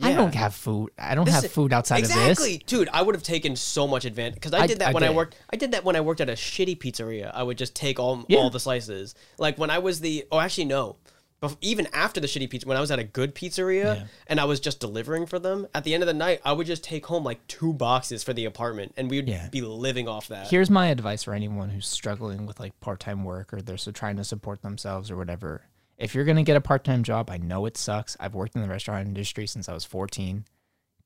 S1: I
S2: Yeah.
S1: don't have food. I don't have
S2: Listen,
S1: food outside of
S2: exactly.
S1: this.
S2: dude. I would have taken so much advantage because I,
S1: I-
S2: did that
S1: I
S2: when I
S1: did.
S2: worked. I did that when I worked at a shitty pizzeria. I would just take all
S1: Yeah.
S2: all the slices. Like when I was the oh, actually no, But even after the shitty pizza, when I was at a good pizzeria
S1: Yeah.
S2: and I was just delivering for them, at the end of the night, I would just take home like two boxes for the apartment, and we'd
S1: Yeah.
S2: be living off that.
S1: Here's my advice for anyone who's struggling with like part time work or they're so trying to support themselves or whatever. If you're going to get a part time job, I know it sucks. I've worked in the restaurant industry since I was 14.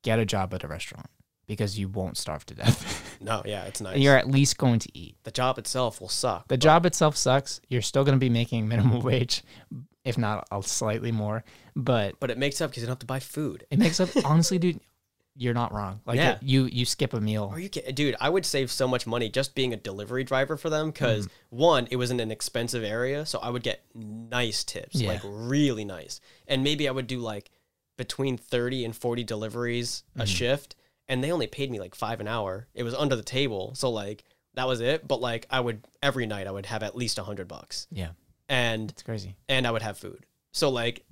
S1: Get a job at a restaurant because you won't starve to death. *laughs*
S2: no, yeah, it's nice.
S1: you're at least going to eat.
S2: the job itself will suck.
S1: The job itself sucks. You're still going to be making minimum *laughs* wage, if not a slightly more, but
S2: but it makes up because you don't have to buy food.
S1: it makes
S2: *laughs*
S1: up. honestly, dude, you're not wrong. Like
S2: Yeah. Oh,
S1: you, you skip a meal.
S2: Are you kidding? Dude, I would save so much money just being a delivery driver for them because
S1: Mm-hmm.
S2: one, it was in an expensive area, so I would get nice tips,
S1: Yeah.
S2: like really nice. And maybe I would do like between 30 and 40 deliveries
S1: Mm-hmm.
S2: a shift, and they only paid me like five an hour. It was under the table, so like that was it. But like I would every night, I would have at least a hundred bucks,
S1: yeah,
S2: and
S1: it's crazy.
S2: and I would have food. So like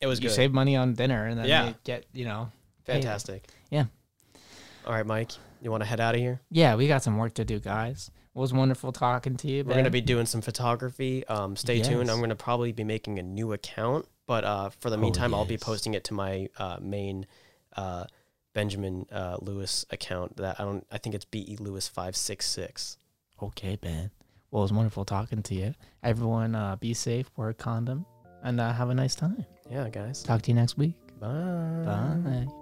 S2: it was
S1: You
S2: good,
S1: save money on dinner and then
S2: Yeah.
S1: you get, you know, paid.
S2: fantastic.
S1: Yeah.
S2: All right, Mike, you want to head out of here?
S1: Yeah, we got some work to do, guys. It was wonderful talking to you.
S2: We're gonna be doing some photography. Um, stay tuned.
S1: Yes. Oh,
S2: I'm gonna probably be making a new account, but uh, for the meantime, I'll be
S1: yes.
S2: posting it to my uh, main uh, Benjamin uh, Lewis account. That I don't. I think it's be Lewis five six six.
S1: okay, Ben. Well, it was wonderful talking to you. Everyone, uh, be safe, wear a condom, and uh, have a nice time.
S2: Yeah, guys.
S1: Talk to you next week.
S2: Bye.
S1: Bye.